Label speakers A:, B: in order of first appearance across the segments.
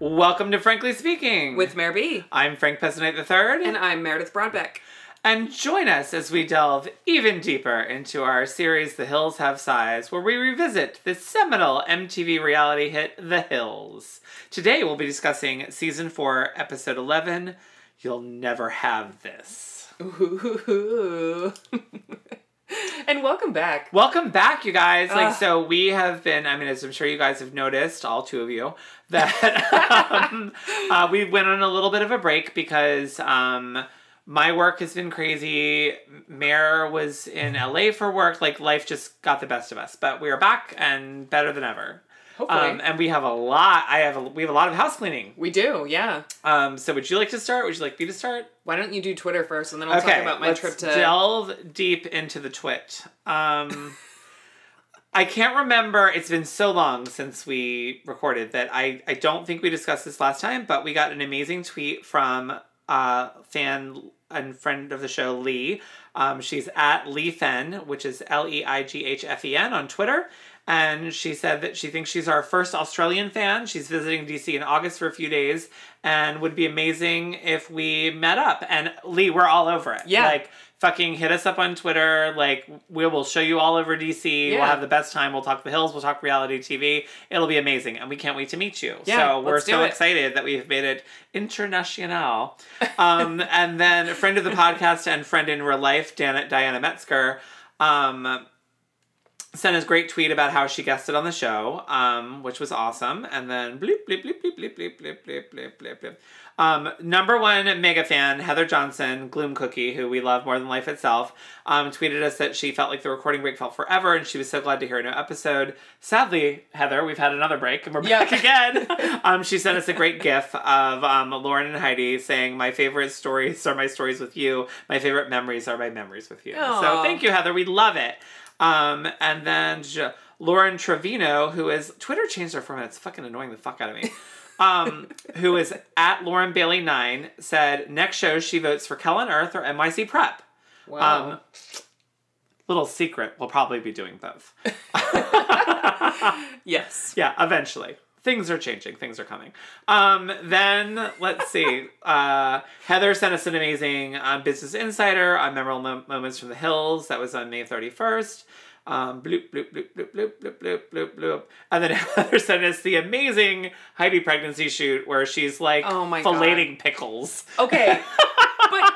A: Welcome to Frankly Speaking.
B: with Mayor B.
A: I'm Frank Pesonite III,
B: And I'm Meredith Broadbeck.
A: and join us as we delve even deeper into our series The Hills Have Size, where we revisit the seminal MTV reality hit The Hills. Today we'll be discussing season 4, episode 11, You'll Never Have This.
B: Ooh. and welcome back.
A: Welcome back, you guys. Like,
B: Ugh.
A: so we have been, I mean, as I'm sure you guys have noticed, all two of you, that um, uh, we went on a little bit of a break because um, my work has been crazy. Mare was
B: Mm-hmm.
A: in LA for work. Like, life just got the best of us. But we are back and better than ever.
B: Hopefully.
A: Um, and we have a lot, I have, a, we have a lot of house cleaning.
B: we do, yeah.
A: Um, so would you like to start? Would you like me to start?
B: Why don't you do Twitter first and then I'll talk about my
A: let's
B: trip to.
A: delve deep into the twit. Um, I can't remember. It's been so long since we recorded that I I don't think we discussed this last time, but we got an amazing tweet from uh fan and friend of the show Lee. Um, she's at Lee Fen, which is L E I G H F E N on Twitter. And she said that she thinks she's our first Australian fan. She's visiting DC in August for a few days and would be amazing if we met up. And Lee, we're all over it.
B: Yeah.
A: Like, fucking hit us up on Twitter. Like, we will show you all over DC.
B: Yeah.
A: We'll have the best time. We'll talk the hills. We'll talk reality TV. It'll be amazing. And we can't wait to meet you.
B: Yeah,
A: so we're
B: let's do
A: so
B: it.
A: excited that we've made it international. Um, and then a friend of the podcast and friend in real life, Dan- Diana Metzger, um, sent us a great tweet about how she guested on the show, um, which was awesome. And then bloop, bloop, bloop, bloop, bloop, bloop, bloop, bloop, bloop, bloop, bloop. Um, number one mega fan, Heather Johnson, Gloom Cookie, who we love more than life itself, um, tweeted us that she felt like the recording break felt forever and she was so glad to hear a new episode. Sadly, Heather, we've had another break and we're
B: Yeah.
A: back again. um, she sent us a great gif of um, Lauren and Heidi saying, My favorite stories are my stories with you. My favorite memories are my memories with you. So
B: Aw.
A: thank you, Heather. We love it. Um, and then J- Lauren Trevino, who is Twitter changed her format. It's fucking annoying the fuck out of me. Um, who is at Lauren Bailey nine said next show she votes for Kellen Earth or NYC Prep.
B: wow.
A: um, Little secret, we'll probably be doing both.
B: yes.
A: Yeah, eventually. Things are changing. Things are coming. Um, then let's see. Uh, Heather sent us an amazing um, Business Insider on memorable Mo- moments from the hills. That was on May thirty first. Um, bloop bloop bloop bloop bloop bloop bloop bloop bloop. And then Heather sent us the amazing Heidi pregnancy shoot where she's like
B: Oh my God.
A: filleting pickles.
B: Okay. but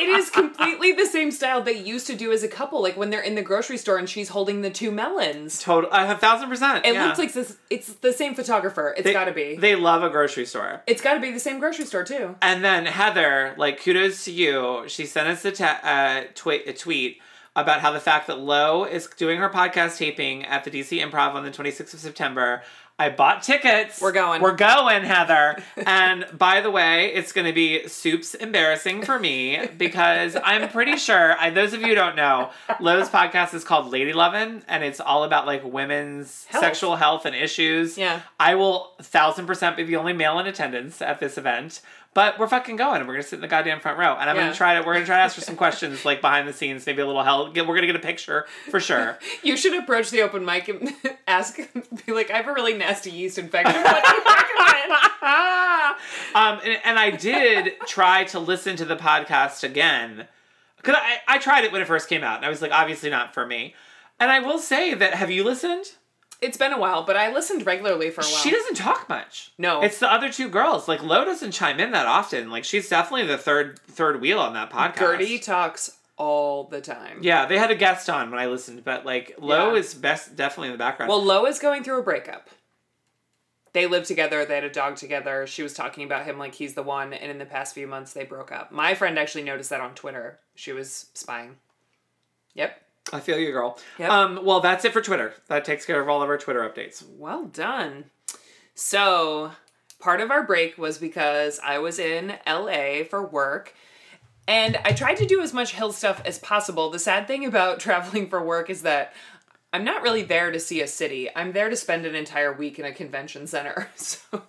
B: it is completely the same style they used to do as a couple, like when they're in the grocery store and she's holding the two melons.
A: Total, a thousand percent.
B: It
A: yeah.
B: looks like this, it's the same photographer. It's
A: They-
B: gotta be.
A: They love a grocery store.
B: it's gotta be the same grocery store, too.
A: And then Heather, like kudos to you, she sent us a, ta- uh, twi- a tweet about how the fact that Lo is doing her podcast taping at the DC Improv on the 26th of September. I bought tickets.
B: We're going.
A: We're going, Heather. and by the way, it's going to be soups embarrassing for me because I'm pretty sure, I, those of you who don't know, Lo's podcast is called Lady Lovin' and it's all about like women's
B: Health.
A: sexual health and issues.
B: Yeah.
A: I will thousand percent be the only male in attendance at this event. But we're fucking going, and we're gonna sit in the goddamn front row, and I'm
B: Yeah.
A: gonna try to. We're gonna try to ask for some questions, like behind the scenes, maybe a little help. We're gonna get a picture for sure.
B: You should approach the open mic and ask, be like, I have a really nasty yeast infection. What do you recommend?
A: um, and, and I did try to listen to the podcast again because I, I tried it when it first came out, and I was like, obviously not for me. And I will say that have you listened?
B: It's been a while, but I listened regularly for a while.
A: She doesn't talk much.
B: Oh, No.
A: it's the other two girls. Like Lo doesn't chime in that often. Like she's definitely the third third wheel on that podcast.
B: Gertie talks all the time.
A: Yeah, they had a guest on when I listened, but like Lo
B: Yeah.
A: is best definitely in the background.
B: Well, Lo is going through a breakup. They lived together, they had a dog together. She was talking about him like he's the one, and in the past few months they broke up. My friend actually noticed that on Twitter. She was spying. Yep.
A: I feel you, girl.
B: Yep.
A: Um, well, that's it for Twitter. That takes care of all of our Twitter updates.
B: Well done. So, part of our break was because I was in LA for work and I tried to do as much hill stuff as possible. The sad thing about traveling for work is that I'm not really there to see a city. I'm there to spend an entire week in a convention center. So,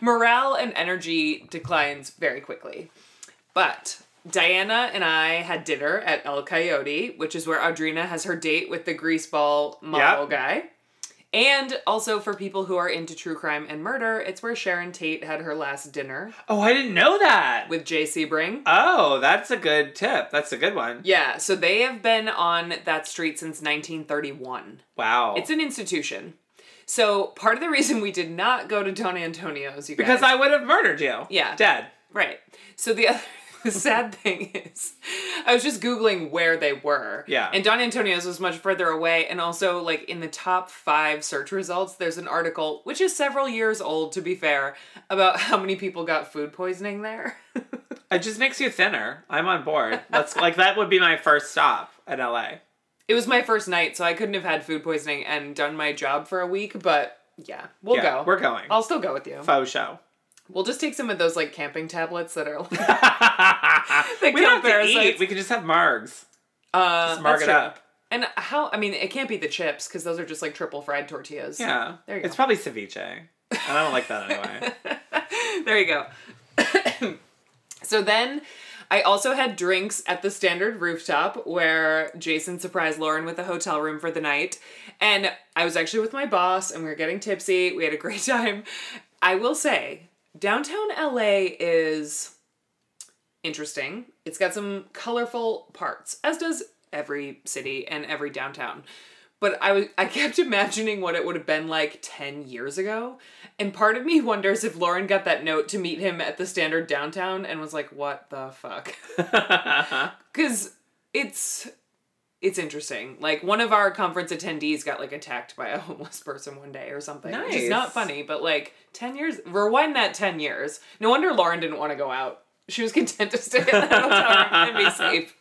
B: morale and energy declines very quickly. But Diana and I had dinner at El Coyote, which is where Audrina has her date with the greaseball model
A: Yep.
B: guy And also for people who are into true crime and murder, it's where Sharon Tate had her last dinner
A: Oh, I didn't know that.
B: with J.C. Bring.
A: Oh, that's a good tip. That's a good one.
B: Yeah, so they have been on that street since 1931.
A: Wow.
B: It's an institution. So part of the reason we did not go to Don Antonio's, you
A: because
B: guys,
A: I would have murdered you.
B: Yeah.
A: Dead.
B: right. So the other the sad thing is, I was just googling where they were.
A: Yeah.
B: And Don Antonio's was much further away, and also like in the top five search results, there's an article which is several years old, to be fair, about how many people got food poisoning there.
A: It just makes you thinner. I'm on board. Let's like that would be my first stop in LA.
B: it was my first night, so I couldn't have had food poisoning and done my job for a week, but yeah, we'll
A: Yeah,
B: go.
A: We're going.
B: I'll still go with you.
A: Faux show.
B: We'll just take some of those like camping tablets that are like
A: we
B: kill
A: don't have to
B: parasites.
A: eat. We can just have margs.
B: Uh,
A: Just mark
B: that's
A: it
B: true.
A: up.
B: And how? I mean, it can't be the chips because those are just like triple fried tortillas.
A: Yeah.
B: There you
A: It's
B: go.
A: probably ceviche. And I don't like that anyway.
B: There you go. so then, I also had drinks at the Standard Rooftop where Jason surprised Lauren with a hotel room for the night, and I was actually with my boss, and we were getting tipsy. We had a great time. I will say, downtown LA is interesting. It's got some colorful parts, as does every city and every downtown. But I was I kept imagining what it would have been like 10 years ago. And part of me wonders if Lauren got that note to meet him at the standard downtown and was like, "What the fuck?" Cuz it's it's interesting. Like one of our conference attendees got like attacked by a homeless person one day or something. Which is not
A: Nice.
B: funny, but like 10 years rewind that 10 years. No wonder Lauren didn't want to go out. She was content to stay in that hotel room and be safe.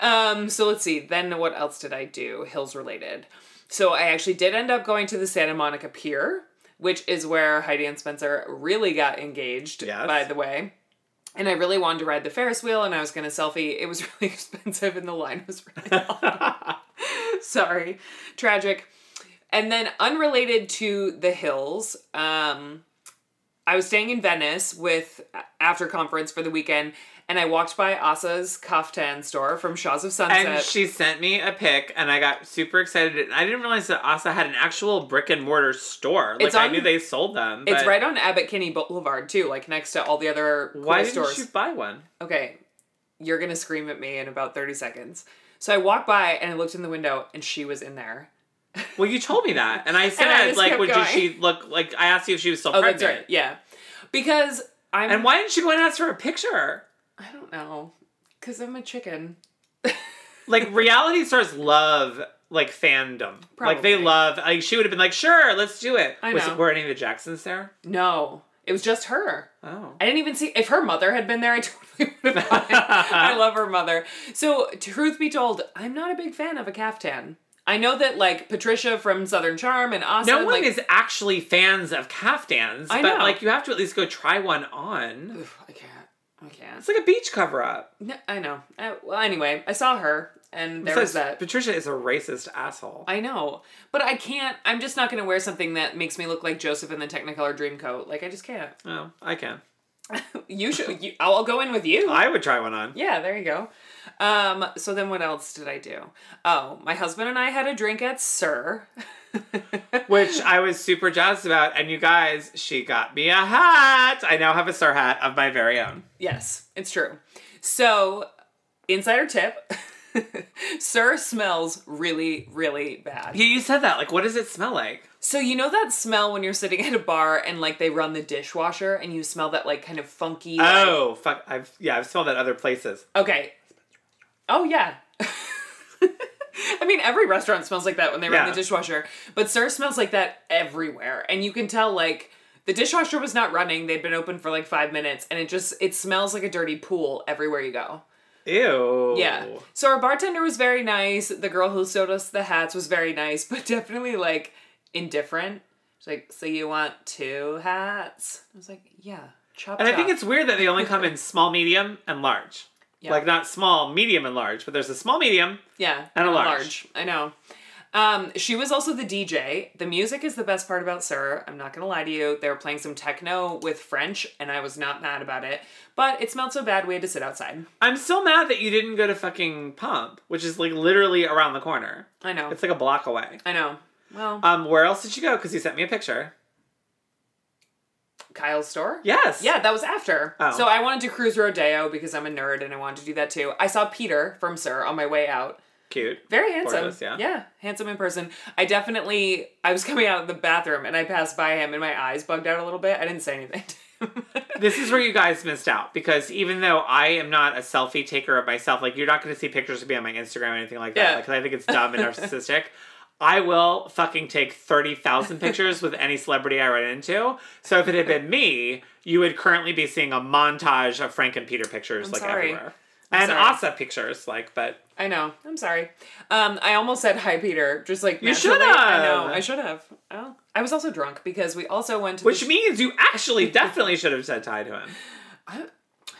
B: Um, so let's see. Then what else did I do? Hills related. So I actually did end up going to the Santa Monica Pier, which is where Heidi and Spencer really got engaged,
A: Yes.
B: by the way. And I really wanted to ride the Ferris wheel and I was gonna selfie. It was really expensive and the line was really long. Sorry. Tragic. And then unrelated to the hills, um, I was staying in Venice with after conference for the weekend, and I walked by Asa's kaftan store from Shaws of Sunset.
A: And she sent me a pic, and I got super excited. And I didn't realize that Asa had an actual brick and mortar store. Like
B: It's
A: I
B: on-
A: knew they sold them.
B: it's
A: but
B: right on Abbot Kinney Boulevard too, like next to all the other cool
A: Why didn't
B: stores.
A: you buy one?
B: okay, you're gonna scream at me in about thirty seconds. So I walked by and I looked in the window, and she was in there.
A: Well, you told me that, and I said,
B: I just
A: like,
B: kept
A: would
B: going.
A: did she look like? I asked you if she was still
B: Oh,
A: pregnant.
B: that's right. Yeah, because I'm.
A: And why didn't she go and ask for a picture?
B: I don't know, because I'm a chicken.
A: Like reality stars love like fandom. Like
B: Probably.
A: they love. Like she would have been like, sure, let's do it.
B: I
A: Was
B: know.
A: were any of the Jacksons there?
B: No, it was just her.
A: Oh,
B: I didn't even see if her mother had been there. I totally would have. Gone. I love her mother. So, truth be told, I'm not a big fan of a caftan. I know that like Patricia from Southern Charm and Asa.
A: no one
B: like,
A: is actually fans of caftans.
B: I
A: but
B: know.
A: like you have to at least go try one on.
B: Oof, I can't. I can't.
A: It's like a beach cover up.
B: No, I know. I, well, anyway, I saw her, and there was
A: Besides,
B: that.
A: Patricia is a racist asshole.
B: I know, but I can't. I'm just not going to wear something that makes me look like Joseph in the Technicolor Dreamcoat. Like I just can't.
A: oh, I can.
B: You should. You, I'll go in with you.
A: I would try one on.
B: Yeah, there you go. Um, so then what else did I do? Oh, my husband and I had a drink at Sir.
A: Which I was super jazzed about. And you guys, she got me a hat. I now have a sir hat of my very own.
B: yes, it's true. So, insider tip. Sir smells really, really bad.
A: Yeah, you said that. Like, what does it smell like?
B: So you know that smell when you're sitting at a bar and like they run the dishwasher and you smell that like kind of funky. like-
A: Oh, fuck. I've yeah, I've smelled that other places.
B: Okay. Oh yeah. I mean, every restaurant smells like that when they run
A: Yeah.
B: the dishwasher, but Sir smells like that everywhere, and you can tell like the dishwasher was not running; they'd been open for like five minutes, and it just it smells like a dirty pool everywhere you go.
A: Ew.
B: Yeah. So our bartender was very nice. The girl who sold us the hats was very nice, but definitely like indifferent. She's like, "So you want two hats?" I was like, "Yeah, chop."
A: And I think
B: chop."
A: it's weird that they only come in small, medium, and large.
B: Yeah.
A: Like not small, medium, and large, but there's a small, medium.
B: Yeah,
A: And a large.
B: I know. Um, she was also the DJ. The music is the best part about Sir. I'm not gonna lie to you. They were playing some techno with French, and I was not mad about it. But it smelled so bad we had to sit outside.
A: I'm still mad that you didn't go to fucking Pump, which is like literally around the corner.
B: I know.
A: It's like a block away.
B: I know. Well,
A: Um, where else did you go? Because you sent me a picture.
B: Kyle's store?
A: Yes.
B: Yeah, that was after.
A: Oh.
B: So I wanted to cruise Rodeo because I'm a nerd and I wanted to do that too. I saw Peter from Sir on my way out.
A: Cute.
B: Very handsome.
A: Gorgeous, yeah.
B: handsome in person. I definitely I was coming out of the bathroom and I passed by him and my eyes bugged out a little bit. I didn't say anything to him.
A: This is where you guys missed out because even though I am not a selfie taker of myself, like you're not going to see pictures of me on my Instagram or anything like that,
B: Yeah.
A: like 'cause I think it's dumb and narcissistic. I will fucking take 30,000 pictures with any celebrity I run into. So if it had been me, you would currently be seeing a montage of Frank and Peter pictures
B: I'm
A: like
B: sorry.
A: everywhere. and
B: sorry.
A: Asa pictures, like, but
B: I know. I'm sorry. Um, I almost said hi, Peter. Just like
A: You
B: naturally.
A: should've.
B: I know. I should have. Oh, I was also drunk because we also went to the
A: which means you actually definitely should have said hi to him.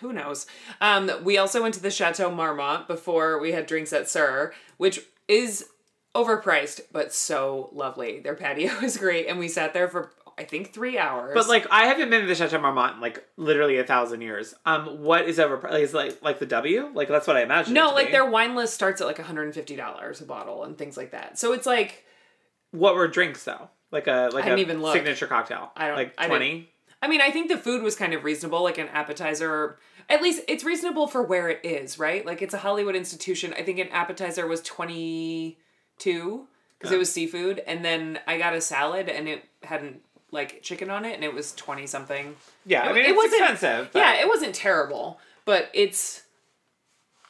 B: who knows? Um, we also went to the Chateau Marmont before we had drinks at Sir, which is overpriced but so lovely. Their patio is great, and we sat there for I think three hours.
A: But like, I haven't been to the Chateau Marmont in like literally a thousand years. Um, what is over? Like, is like like the W? Like that's what I imagine. it
B: no,
A: to
B: like
A: be.
B: their wine list starts at like one hundred and fifty dollars a bottle and things like that. So it's like
A: what were drinks though? Like a like
B: I didn't
A: a
B: even look.
A: signature cocktail.
B: I don't-
A: like
B: I didn't-
A: twenty.
B: I mean, I think the food was kind of reasonable, like an appetizer. At least it's reasonable for where it is, right? Like it's a Hollywood institution. I think an appetizer was twenty two because it was seafood, and then I got a salad and it hadn't like chicken on it, and it was twenty something.
A: Yeah, I mean
B: it
A: it's
B: wasn't-
A: expensive. but-
B: Yeah, it wasn't terrible, but it's.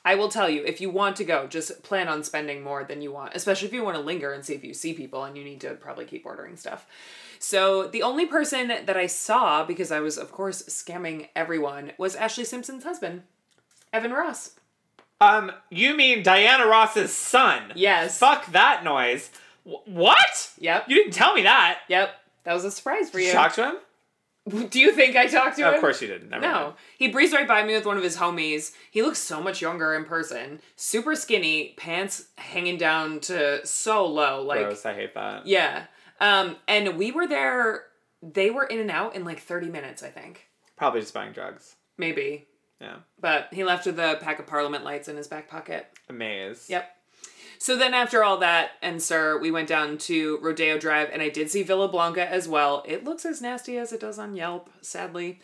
B: I will tell you, if you want to go, just plan on spending more than you want, especially if you want to linger and see if you see people and you need to probably keep ordering stuff. So, the only person that I saw, because I was, of course, scamming everyone, was Ashley Simpson's husband, Evan Ross.
A: Um, you mean Diana Ross's son?
B: Yes.
A: Fuck that noise. Wh- what?
B: Yep.
A: You didn't tell me that.
B: Yep. That was a surprise for you.
A: Talk to him?
B: Do you think I talked to him?
A: Of course you didn't. Never mind.
B: No. He breezed right by me with one of his homies. He looks so much younger in person. Super skinny, pants hanging down to so low. Like,
A: Gross. I hate that.
B: yeah. Um, and we were there, they were in and out in like 30 minutes, I think.
A: Probably just buying drugs.
B: Maybe.
A: Yeah.
B: But he left with a pack of Parliament lights in his back pocket.
A: Amaze.
B: Yep. So then after all that and sir, we went down to Rodeo Drive and I did see Villa Blanca as well. It looks as nasty as it does on Yelp, sadly.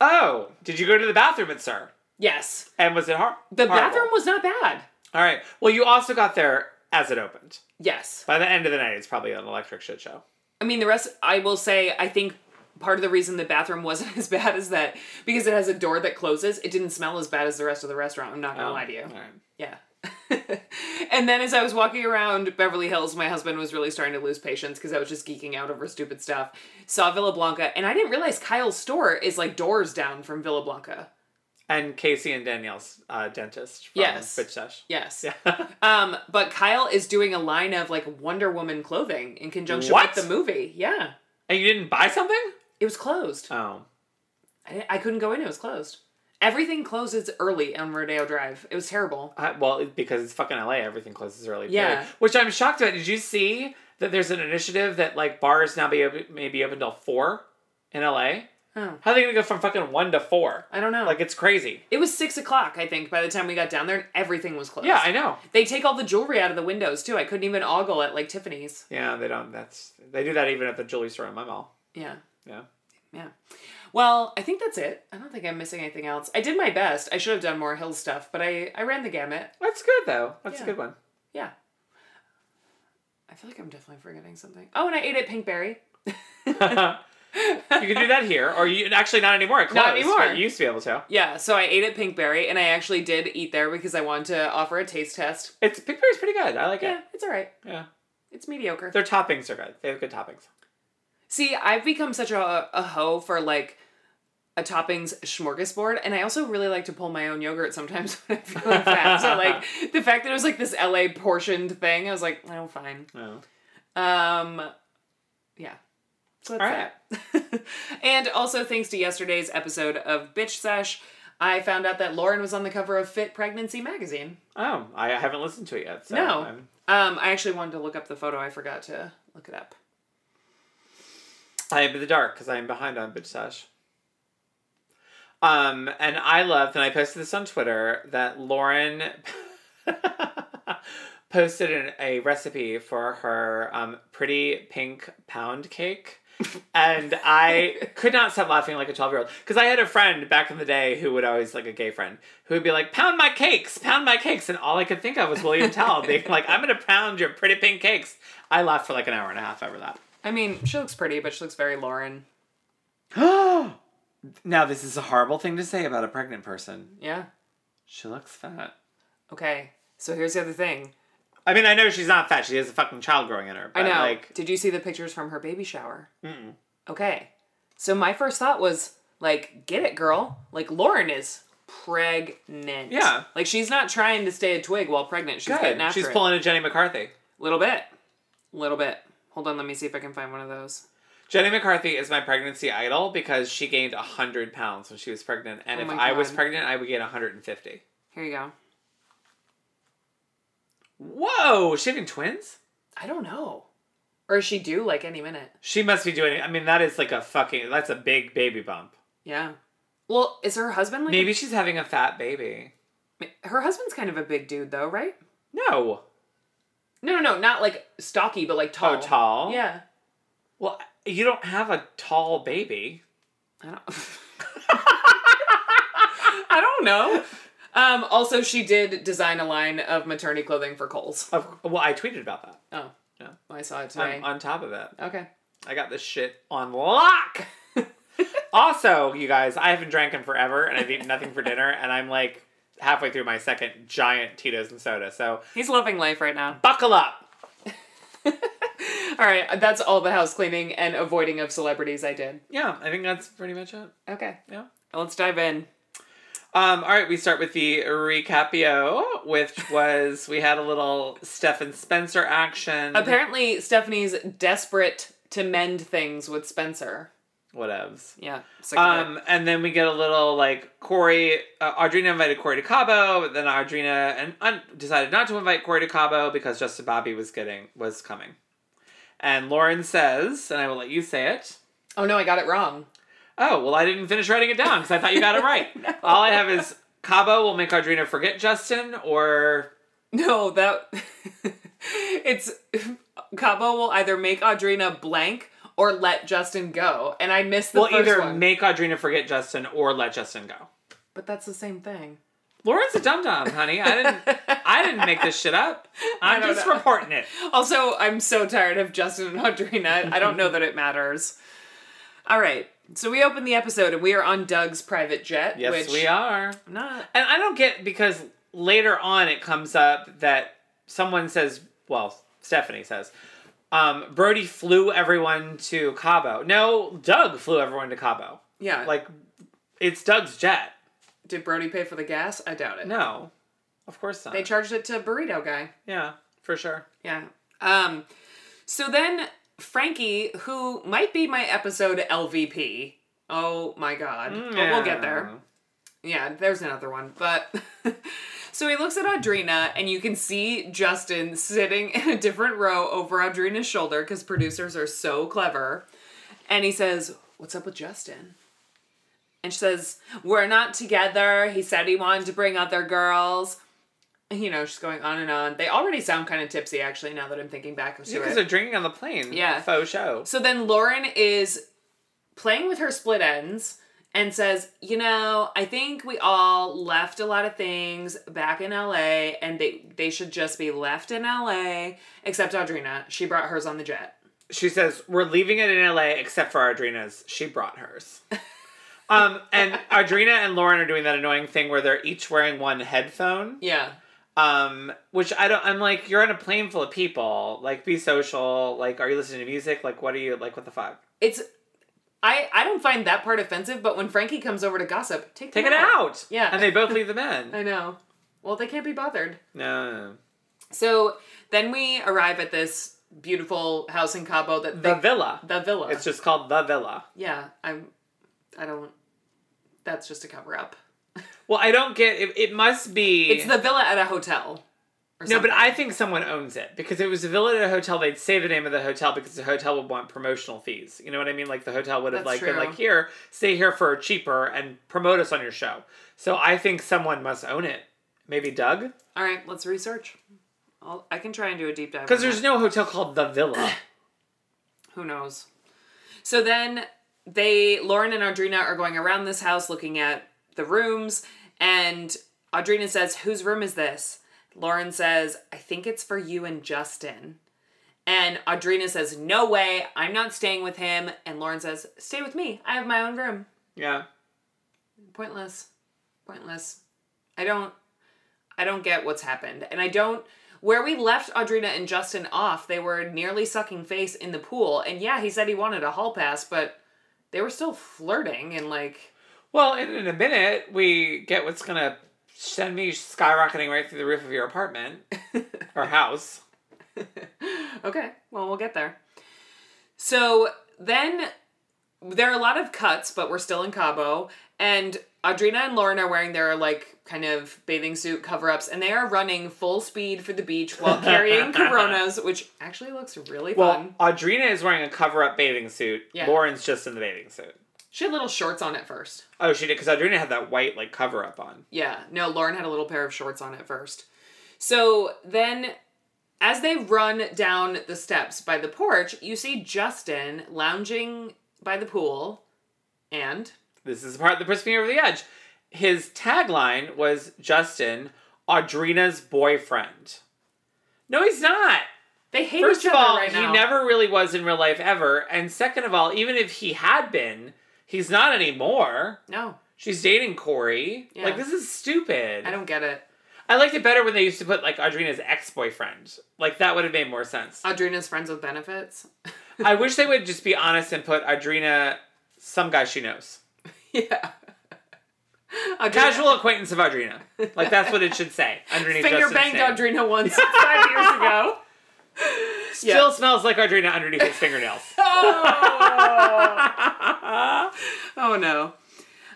A: Oh, did you go to the bathroom at Sir?
B: Yes.
A: And was it hard?
B: The bathroom was not bad.
A: All right. Well, you also got there as it opened.
B: Yes.
A: By the end of the night, it's probably an electric shit show.
B: I mean, the rest, I will say, I think part of the reason the bathroom wasn't as bad as that because it has a door that closes. It didn't smell as bad as the rest of the restaurant. I'm not gonna lie to you.
A: Um, All Oh, right.
B: Yeah. and then as I was walking around Beverly Hills, my husband was really starting to lose patience because I was just geeking out over stupid stuff. Saw Villa Blanca, and I didn't realize Kyle's store is like doors down from Villa Blanca.
A: And Casey and Danielle's uh, dentist from
B: Yes.
A: Bitch Sesh.
B: Yes. um, but Kyle is doing a line of like Wonder Woman clothing in conjunction
A: What?
B: with the movie. Yeah.
A: And you didn't buy something?
B: It was closed.
A: Oh.
B: I, didn't- I couldn't go in. It was closed. Everything closes early on Rodeo Drive. It was terrible.
A: I, Uh, well, it- because it's fucking LA, everything closes early.
B: Yeah.
A: period. Which I'm shocked about. Did you see that there's an initiative that like bars now be open, may be open till four in LA?
B: Oh.
A: How are they gonna go from fucking one to four?
B: I don't know.
A: Like it's crazy.
B: it was six o'clock, I think, by the time we got down there, and everything was closed.
A: Yeah, I know.
B: they take all the jewelry out of the windows too. I couldn't even ogle at like Tiffany's.
A: Yeah, they don't. That's they do that even at the jewelry store in my mall.
B: Yeah.
A: Yeah.
B: Yeah. Well, I think that's it. I don't think I'm missing anything else. I did my best. I should have done more hill stuff, but I I ran the gamut.
A: That's good though. That's
B: Yeah.
A: a good one.
B: Yeah. I feel like I'm definitely forgetting something. Oh, and I ate at Pinkberry.
A: You can do that here, or you actually not anymore. It
B: Not
A: closed,
B: anymore.
A: But you used to be able to.
B: Yeah, so I ate at Pinkberry and I actually did eat there because I wanted to offer a taste test.
A: It's Pinkberry's pretty good. I like
B: Yeah,
A: it.
B: it's all right.
A: Yeah.
B: It's mediocre.
A: Their toppings are good. They have good toppings.
B: See, I've become such a, a hoe for like a toppings smorgasbord, and I also really like to pull my own yogurt sometimes when I'm feeling fat. So like the fact that it was like this LA portioned thing, I was like, oh, fine.
A: Oh.
B: Um, yeah. So that's that. and also thanks to yesterday's episode of Bitch Sesh, I found out that Lauren was on the cover of Fit Pregnancy magazine.
A: Oh, I haven't listened to it yet. So
B: No.
A: I'm-
B: Um, I actually wanted to look up the photo. I forgot to look it up.
A: I am in the dark because I am behind on Bitch Sash. Um, and I loved, and I posted this on Twitter, that Lauren posted an, a recipe for her um, pretty pink pound cake. and I could not stop laughing like a 12 year old. Because I had a friend back in the day who would always, like a gay friend, who would be like, Pound my cakes, pound my cakes. And all I could think of was William Tell being like, I'm going to pound your pretty pink cakes. I laughed for like an hour and a half over that.
B: I mean, she looks pretty, but she looks very Lauren.
A: Now, this is a horrible thing to say about a pregnant person.
B: Yeah.
A: She looks fat.
B: Okay. So here's the other thing.
A: I mean, I know she's not fat. She has a fucking child growing in her. But
B: I know.
A: Like,
B: Did you see the pictures from her baby shower? Mm-mm. Okay. So my first thought was like, get it, girl. Like Lauren is pregnant.
A: Yeah.
B: Like she's not trying to stay a twig while pregnant. She's getting
A: good.
B: after
A: She's
B: it.
A: pulling a Jenny McCarthy.
B: Little bit. Little bit. Hold on. Let me see if I can find one of those.
A: Jenny McCarthy is my pregnancy idol because she gained 100 pounds when she was pregnant. And
B: Oh
A: if
B: my
A: I was
B: God.
A: pregnant, I would gain 150.
B: Here you go.
A: Whoa, is she having twins?
B: I don't know. Or is she due like any minute?
A: She must be doing it. I mean, that is like a fucking, that's a big baby bump.
B: Yeah. Well, is her husband like?
A: Maybe she's having a fat baby.
B: a- her husband's kind of a big dude though, right?
A: No.
B: No, no, no, not like stocky, but like tall.
A: Oh, tall?
B: Yeah.
A: Well, you don't have a tall baby.
B: I don't. I don't know. Um, also, she did design a line of maternity clothing for Kohl's.
A: Of, well, I tweeted about that.
B: Oh,
A: Yeah.
B: I saw it today.
A: I'm on top of it.
B: okay.
A: I got this shit on lock. also, you guys, I haven't drank in forever and I've eaten nothing for dinner and I'm like halfway through my second giant Tito's and soda. So
B: He's loving life right now.
A: buckle up.
B: All right, that's all the house cleaning and avoiding of celebrities I did.
A: Yeah, I think that's pretty much it.
B: Okay,
A: Yeah.
B: let's dive in.
A: Um, all right, we start with the recapio, which was we had a little Stefan Spencer action.
B: Apparently, Stephanie's desperate to mend things with Spencer.
A: Whatevs.
B: Yeah. sick of it.
A: Um, and then we get a little like Corey, uh, Audrina invited Corey to Cabo, but then Audrina and un- decided not to invite Corey to Cabo because Justin Bobby was getting was coming. And Lauren says, and I will let you say it.
B: Oh no, I got it wrong.
A: Oh well, I didn't finish writing it down because I thought you got it right. All I have is Cabo will make Audrina forget Justin, or
B: No, that it's Cabo will either make Audrina blank or let Justin go, and I missed the
A: will
B: first
A: either
B: one.
A: make Audrina forget Justin or let Justin go.
B: but that's the same thing.
A: Lauren's a dum dum, honey. I didn't. I didn't make this shit up. I'm
B: don't
A: just
B: know.
A: reporting it.
B: Also, I'm so tired of Justin and Audrina. I don't know that it matters. All right, so we open the episode and we are on Doug's private jet.
A: Yes,
B: which
A: we are.
B: I'm not.
A: And I don't get because later on it comes up that someone says, well, Stephanie says, um, Brody flew everyone to Cabo. No, Doug flew everyone to Cabo.
B: Yeah,
A: Like,
B: like
A: it's Doug's jet.
B: did Brody pay for the gas? I doubt it.
A: No, of course not.
B: They charged it to Burrito Guy.
A: yeah, for sure.
B: Yeah. Um, so then Frankie, who might be my episode LVP. Oh my god. But we'll get there. Yeah, there's another one. But so he looks at Audrina and you can see Justin sitting in a different row over Audrina's shoulder because producers are so clever. And he says, What's up with Justin? And she says, We're not together. He said he wanted to bring other girls. And, You know, she's going on and on. They already sound kind of tipsy, actually, now that I'm thinking back to
A: Because
B: it.
A: they're drinking on the plane.
B: Yeah.
A: Faux show.
B: So then Lauren is playing with her split ends and says, "You know, I think we all left a lot of things back in LA and they they should just be left in LA except Audrina. She brought hers on the jet."
A: she says we're leaving it in LA except for Audrina's. She brought hers. um, and Audrina and Lauren are doing that annoying thing where they're each wearing one headphone.
B: Yeah.
A: Um, which I don't. I'm like, you're on a plane full of people. Like, be social. Like, are you listening to music? Like, what are you like? What the fuck?
B: It's I I don't find that part offensive, but when Frankie comes over to gossip, take
A: Take
B: them
A: it out.
B: Yeah.
A: And they both leave them in.
B: I know. Well, they can't be bothered.
A: No, no, no.
B: So then we arrive at this beautiful house in Cabo that
A: the
B: they,
A: villa.
B: the villa.
A: It's just called the villa.
B: Yeah, I'm. I don't. That's just a cover up.
A: Well, I don't get. It, it must be.
B: It's the villa at a hotel. or
A: No, but
B: something.
A: I think someone owns it because if it was a villa at a hotel. They'd say the name of the hotel because the hotel would want promotional fees. You know what I mean? Like the hotel would have
B: That's
A: like been
B: true.
A: like, here, stay here for cheaper and promote us on your show. So I think someone must own it. Maybe Doug.
B: All right, let's research. I'll, I can try and do a deep dive.
A: Because
B: on
A: there's
B: that.
A: no hotel called the Villa.
B: who knows. So then they Lauren and Audrina are going around this house looking at the rooms, and Audrina says, "Whose room is this?" Lauren says, "I think it's for you and Justin." And Audrina says, "No way, I'm not staying with him." And Lauren says, "Stay with me. I have my own room."
A: yeah.
B: pointless pointless i don't i don't get what's happened and i don't where we left audrina and justin off they were nearly sucking face in the pool and yeah he said he wanted a hall pass but they were still flirting and like
A: Well, in, in a minute, we get what's going to send me skyrocketing right through the roof of your apartment or house.
B: okay well we'll get there so then there are a lot of cuts but we're still in cabo and audrina and lauren are wearing their like kind of bathing suit cover-ups and they are running full speed for the beach while carrying coronas which actually looks really fun
A: Well, Audrina is wearing a cover up bathing suit.
B: Yeah.
A: Lauren's just in the bathing suit.
B: She had little shorts on at first.
A: Oh, she did, because Audrina had that white, like, cover up on.
B: Yeah, no, Lauren had a little pair of shorts on at first. So then, as they run down the steps by the porch, you see Justin lounging by the pool. And
A: This is the part that puts me over the edge. His tagline was Justin, Audrina's boyfriend. No, he's not.
B: they hate
A: First
B: each
A: of
B: other
A: all,
B: right
A: he
B: now.
A: never really was in real life ever. And second of all, even if he had been, he's not anymore.
B: no,
A: She's dating Corey.
B: Yeah.
A: Like, this is stupid.
B: I
A: I,
B: don't get it.
A: liked it better when they used to put, like, Audrina's ex boyfriend. Like, that would have made more sense.
B: Audrina's friends with benefits.
A: I wish they would just be honest and put Audrina, some guy she knows.
B: yeah. Audrina,
A: Casual acquaintance of Audrina. Like, that's what it should say underneath
B: finger
A: Justin's
B: banged
A: name.
B: Audrina once five years ago.
A: Still smells like Audrina underneath his fingernails.
B: Oh. oh no.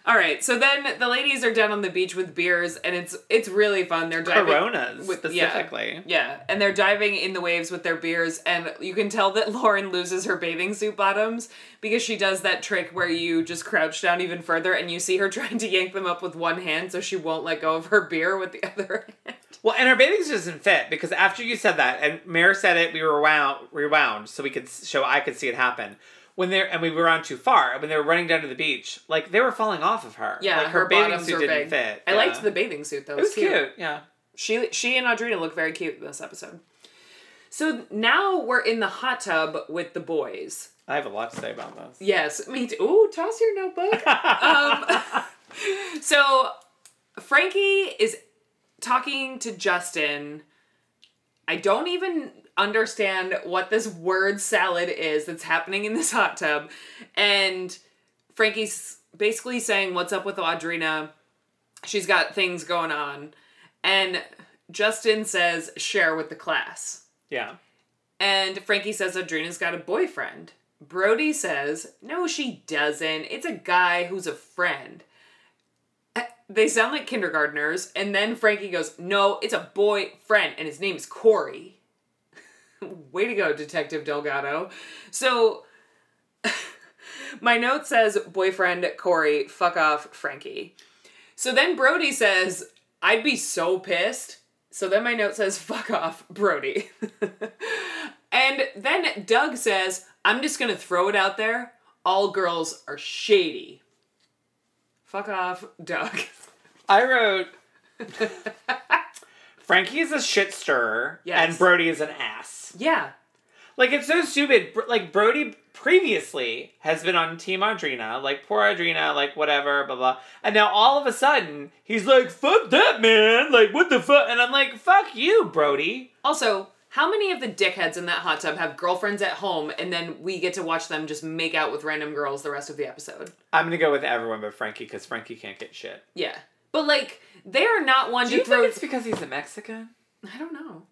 B: All right, so then the ladies are down on the beach with beers, and it's it's really fun. They're diving
A: Coronas,
B: with- yeah.
A: specifically.
B: yeah, and they're diving in the waves with their beers, and you can tell that Lauren loses her bathing suit bottoms because she does that trick where you just crouch down even further, and you see her trying to yank them up with one hand so she won't let go of her beer with the other hand.
A: Well, and her bathing suit doesn't fit because after you said that, and Mayor said it, we rewound, rewound, so we could s- show I could see it happen. When they are and we were on too far, when they were running down to the beach, like they were falling off of her.
B: Yeah,
A: like,
B: her, bottoms are big.
A: fit.
B: I
A: yeah.
B: liked the bathing suit though.
A: It was cute. Yeah.
B: She she and Audrina look very cute in this episode. So now we're in the hot tub with the boys.
A: I have a lot to say about this.
B: Yes, me too. Ooh, toss your notebook. um, so Frankie is talking to Justin. I don't even understand what this word salad is that's happening in this hot tub. And Frankie's basically saying, What's up with Audrina? She's got things going on. And Justin says, Share with the class.
A: Yeah.
B: And Frankie says Audrina's got a boyfriend. Brody says, No, she doesn't. It's a guy who's a friend. Uh, They sound like kindergartners. And then Frankie goes, No, it's a boyfriend. And his name is Corey. Way to go, Detective Delgado. So my note says, Boyfriend, Corey, fuck off, Frankie. So then Brody says, I'd be so pissed. So then my note says, fuck off, Brody. and then Doug says, I'm just gonna throw it out there. All girls are shady. Fuck off, Doug.
A: I wrote. Frankie is a shit stirrer,
B: Yes.
A: and Brody is an ass.
B: yeah.
A: Like it's so stupid. Br- Like Brody previously has been on Team Audrina, like poor Audrina, like whatever, blah blah. And now all of a sudden he's like, "Fuck that man!" Like what the fuck? And I'm like, "Fuck you, Brody."
B: Also, how many of the dickheads in that hot tub have girlfriends at home and then we get to watch them just make out with random girls the rest of the episode?
A: I'm gonna go with everyone but Frankie because Frankie can't get shit.
B: Yeah. But like, they are not one
A: Do
B: to
A: you
B: throw
A: think it's because he's a Mexican?
B: I don't know.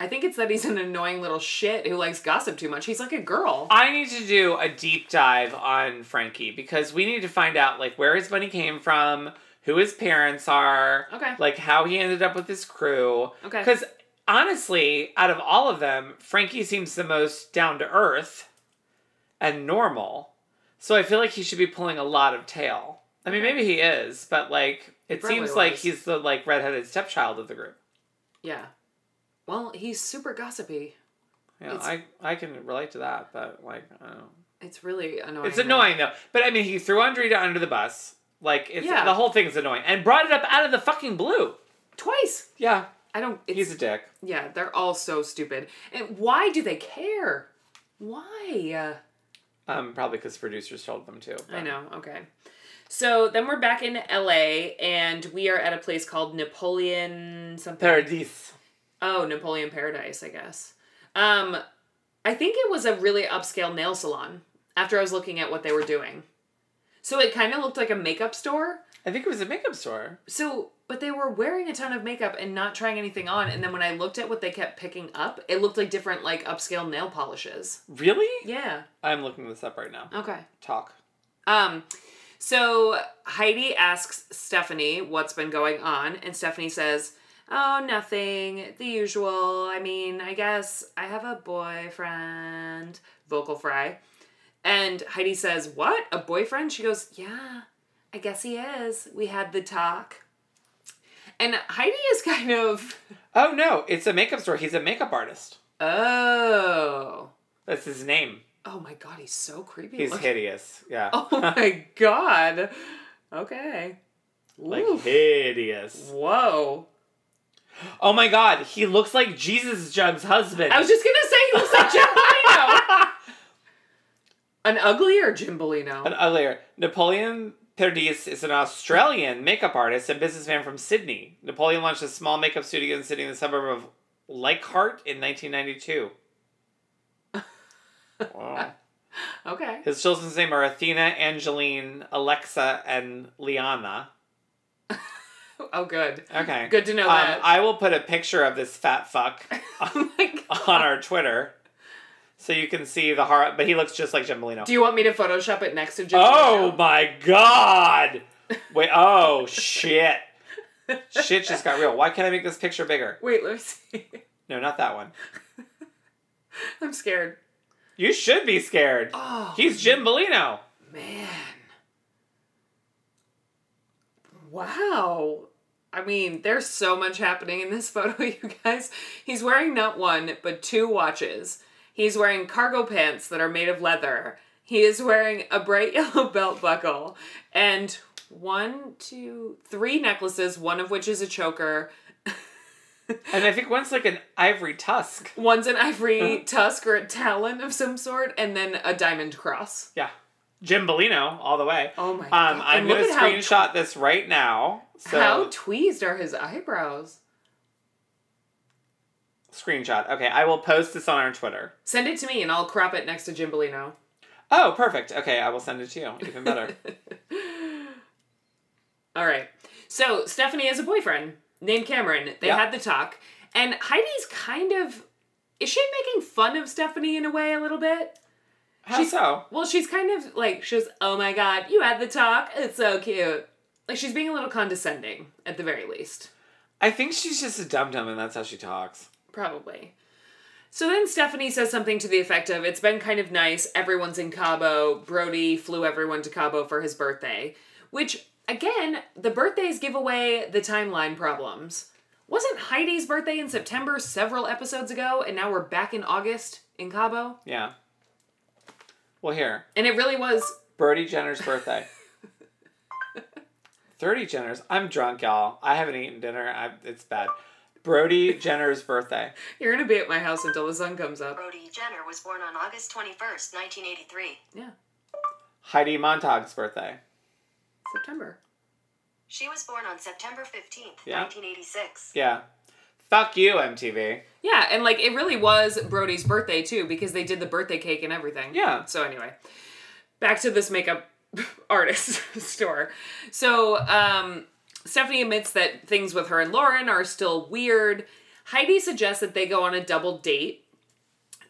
B: I think it's that he's an annoying little shit who likes gossip too much. He's like a girl.
A: I need to do a deep dive on Frankie because we need to find out like where his money came from, who his parents are,
B: Okay.
A: like how he ended up with his crew.
B: Okay.
A: Because honestly, out of all of them, Frankie seems the most down to earth and normal. So I feel like he should be pulling a lot of tail. I mean, maybe he is, but like it
B: probably
A: seems like
B: was.
A: he's the like redheaded stepchild of the group.
B: Yeah. Well, he's super gossipy.
A: Yeah,
B: It's-
A: I I can relate to that, but like I don't.
B: It's really annoying.
A: It's annoying though. But I mean, he threw Andrea under the bus. Like it's
B: Yeah.
A: the whole thing's annoying, and brought it up out of the fucking blue.
B: Twice.
A: Yeah,
B: I don't. It's,
A: he's a dick.
B: yeah, they're all so stupid. And why do they care? Why?
A: Um, probably because producers told them to.
B: I
A: but-
B: know. Okay. So then we're back in LA and we are at a place called Napoleon something.
A: Paradis.
B: Oh, Napoleon Paradise, I guess. Um, I think it was a really upscale nail salon after I was looking at what they were doing. So it kind of looked like a makeup store.
A: I think it was a makeup store.
B: So, but they were wearing a ton of makeup and not trying anything on. And then when I looked at what they kept picking up, it looked like different, like upscale nail polishes.
A: Really?
B: Yeah.
A: I'm looking this up right now.
B: Okay.
A: Talk.
B: Um, so Heidi asks Stephanie what's been going on, and Stephanie says, Oh, nothing. The usual. I mean, I guess I have a boyfriend. Vocal fry. And Heidi says, What? A boyfriend? She goes, Yeah, I guess he is. We had the talk. And Heidi is kind of,
A: Oh no, it's a makeup store. He's a makeup artist.
B: Oh.
A: That's his name.
B: Oh my God, he's so creepy.
A: He's
B: looking."
A: hideous. Yeah.
B: Oh my God. Okay.
A: like
B: Oof.
A: hideous.
B: Whoa.
A: Oh my god, he looks like Jesus Jug's husband.
B: I was just gonna say he looks like Jimbolino. An uglier
A: An
B: Jimbolino.
A: earlier, Napoleon Perdis is an Australian makeup artist and businessman from Sydney. Napoleon launched a small makeup studio in Sydney in the suburb of Leichhardt in 1992. Wow.
B: Okay.
A: His children's name are Athena, Angeline, Alexa, and Liana.
B: Oh, good.
A: Okay. Um, uh,
B: Good to know that.
A: I will put a picture of this fat fuck
B: Oh my god.
A: on our Twitter so you can see the heart, but he looks just like Gemolino.
B: Do you want me to Photoshop it next to Jimbolino?
A: Oh my god! Wait, oh shit. Shit just got real. Why can't I make this picture bigger?
B: Wait, let me see.
A: No, not that one.
B: I'm scared.
A: You should be scared.
B: Oh
A: He's Jim Bellino.
B: man. Wow. I mean, there's so much happening in this photo, you guys. He's wearing not one, but two watches. He's wearing cargo pants that are made of leather. He is wearing a bright yellow belt buckle and one, two, three necklaces, one of which is a choker.
A: And I think one's like an ivory tusk.
B: One's an ivory tusk or a talon of some sort, and then a diamond cross.
A: Yeah. Jim Bellino, all the way.
B: Oh my
A: Um,
B: God.
A: I'm
B: And
A: gonna
B: look at how
A: screenshot this right now. So
B: How tweezed are his eyebrows?
A: screenshot. Okay, I will post this on our Twitter.
B: Send it to me and I'll crop it next to Jimbolino.
A: Oh, perfect. Okay, I will send it to you. Even better.
B: All right. So Stephanie has a boyfriend named Cameron. They
A: Yeah.
B: had the talk. And Heidi's kind of. Is she making fun of Stephanie in a way a little bit?
A: How
B: She's-
A: so?
B: Well, she's kind of like, she's, oh my god, you had the talk. It's so cute. Like, she's being a little condescending at the very least.
A: I think she's just a dum dum, and that's how she talks.
B: Probably. So then Stephanie says something to the effect of, It's been kind of nice. Everyone's in Cabo. Brody flew everyone to Cabo for his birthday. Which, again, the birthdays give away the timeline problems. Wasn't Heidi's birthday in September several episodes ago, and now we're back in August in Cabo?
A: Yeah. Well, here.
B: And it really was.
A: Brody Jenner's birthday. 30 Jenner's. I'm drunk, y'all. I haven't eaten dinner. I, it's bad. Brody Jenner's birthday.
B: You're gonna be at my house until the sun comes up.
C: Brody Jenner was born on August 21st, 1983.
B: Yeah,
A: Heidi Montag's birthday.
B: September.
C: She was born on September 15th,
A: Yeah.
C: 1986.
A: Yeah. Fuck you, MTV.
B: Yeah, and like it really was Brody's birthday too because they did the birthday cake and everything.
A: Yeah.
B: Oh, So anyway, back to this makeup artist store. So um, Stephanie admits that things with her and Lauren are still weird. Heidi suggests that they go on a double date.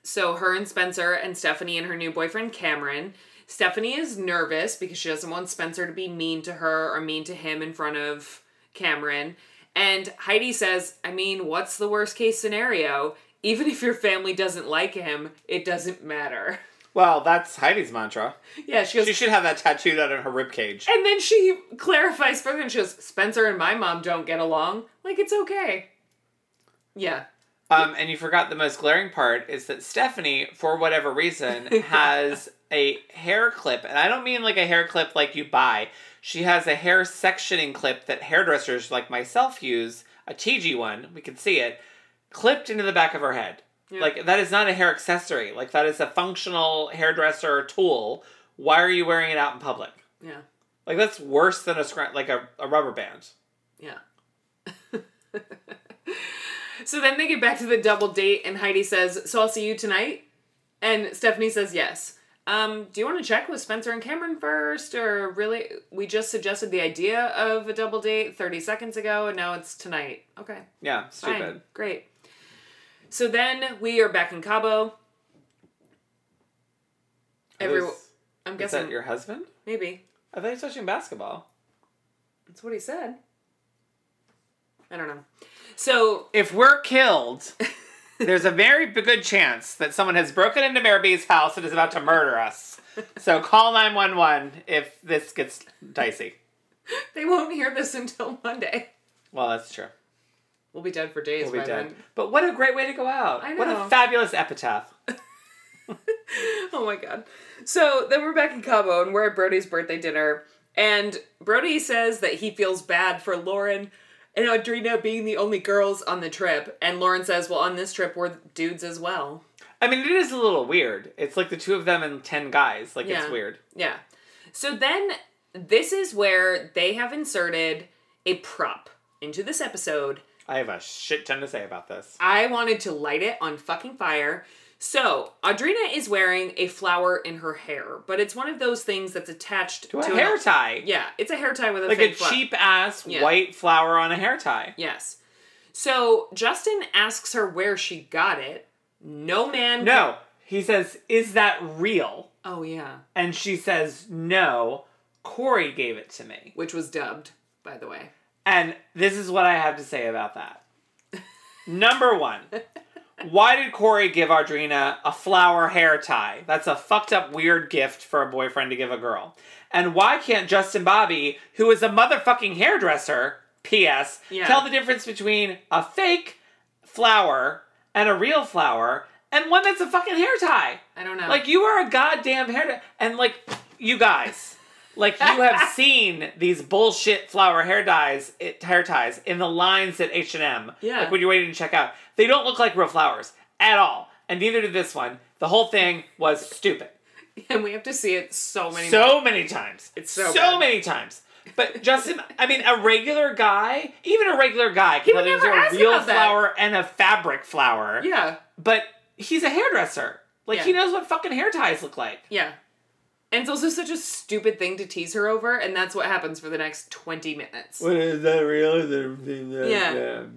B: So her and Spencer and Stephanie and her new boyfriend Cameron. Stephanie is nervous because she doesn't want Spencer to be mean to her or mean to him in front of Cameron. And Heidi says, I mean, what's the worst case scenario? Even if your family doesn't like him, it doesn't matter.
A: Well, that's Heidi's mantra.
B: Yeah, she goes,
A: She should have that tattooed on her ribcage.
B: and then she clarifies further and she goes, Spencer and my mom don't get along. Like, it's okay. Yeah.
A: Um, and you forgot the most glaring part is that Stephanie, for whatever reason, has a hair clip. And I don't mean like a hair clip like you buy. She has a hair sectioning clip that hairdressers like myself use, a TG one, we can see it, clipped into the back of her head.
B: Yeah.
A: Like, that is not a hair accessory. Like, that is a functional hairdresser tool. Why are you wearing it out in public?
B: Yeah.
A: Like, that's worse than a scra- like a, a rubber band.
B: Yeah. so then they get back to the double date, and Heidi says, So I'll see you tonight? And Stephanie says, Yes. Um, do you want to check with Spencer and Cameron first? Or really, we just suggested the idea of a double date 30 seconds ago, and now it's tonight. Okay.
A: Yeah,
B: Fine.
A: stupid.
B: Great. So then we are back in Cabo. Every,
A: Who's-
B: I'm
A: Is that
B: guessing.
A: your husband?
B: maybe.
A: I thought he was touching basketball.
B: That's what he said. I don't know. So
A: If we're killed, there's a very b- good chance that someone has broken into Bearbee's house and is about to murder us. So call 911 if this gets dicey.
B: They won't hear this until Monday.
A: Well, that's true.
B: We'll be dead for days
A: We'll be
B: by
A: dead.
B: then.
A: But what a great way to go out.
B: I
A: What a
B: know.
A: fabulous epitaph.
B: Oh my god. So then we're back in Cabo and we're at Brody's birthday dinner. And Brody says that he feels bad for Lauren and Audrina being the only girls on the trip. And Lauren says, Well, on this trip, we're dudes as well.
A: I mean, it is a little weird. It's like the two of them and 10 guys. Like,
B: Yeah.
A: it's weird.
B: Yeah. So then this is where they have inserted a prop into this episode
A: I have a shit ton to say about this.
B: I wanted to light it on fucking fire. So, Audrina is wearing a flower in her hair, but it's one of those things that's attached
A: To a
B: an-
A: hair tie.
B: Yeah, it's a hair tie with a
A: Like a
B: fake flower.
A: cheap ass
B: Yeah.
A: white flower on a hair tie.
B: Yes. So, Justin asks her where she got it. No man.
A: No. He says, Is that real?
B: Oh, yeah.
A: And she says, No, Corey gave it to me.
B: Which was dubbed, by the way.
A: And this is what I have to say about that. Number one, why did Corey give Audrina a flower hair tie? That's a fucked up weird gift for a boyfriend to give a girl. And why can't Justin Bobby, who is a motherfucking hairdresser, P.S.,
B: Yeah.
A: tell the difference between a fake flower and a real flower and one that's a fucking hair tie?
B: I don't know.
A: Like you are a goddamn hair and like you guys, like you have seen these bullshit flower hair dyes, it, hair ties in the lines at H and M.
B: Yeah.
A: Like when you're waiting to check out, they don't look like real flowers at all, and neither did this one. The whole thing was stupid.
B: and we have to see it so many
A: So many times.
B: It's so
A: so
B: bad.
A: many times. But Justin, I mean, a regular guy, even a regular guy, can
B: would
A: tell there's
B: never
A: a
B: ask
A: real
B: about that.
A: flower and a fabric flower.
B: Yeah.
A: But he's a hairdresser. Like
B: Yeah.
A: he knows what fucking hair ties look like.
B: Yeah. And it's also such a stupid thing to tease her over, and that's what happens for the next 20 minutes.
A: What is that real? Is everything that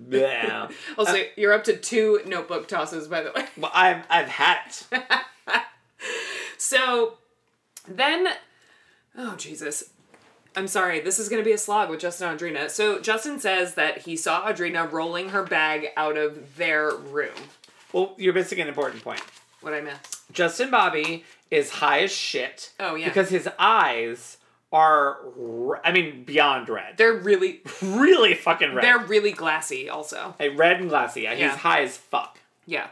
B: Yeah.
A: Yeah.
B: Also, you're up to two notebook tosses, by the way.
A: well, I've I've had it.
B: So then, oh Jesus. I'm sorry, this is gonna be a slog with Justin and Audrina. So Justin says that he saw Audrina rolling her bag out of their room.
A: Well, you're missing an important point.
B: What I miss?
A: Justin Bobby is high as shit.
B: Oh, yeah.
A: Because his eyes are, re- I mean, beyond red.
B: They're really
A: They're really fucking red.
B: they're really glassy also.
A: Hey, red and glassy. Yeah, he's
B: Yeah.
A: high as fuck.
B: Yeah.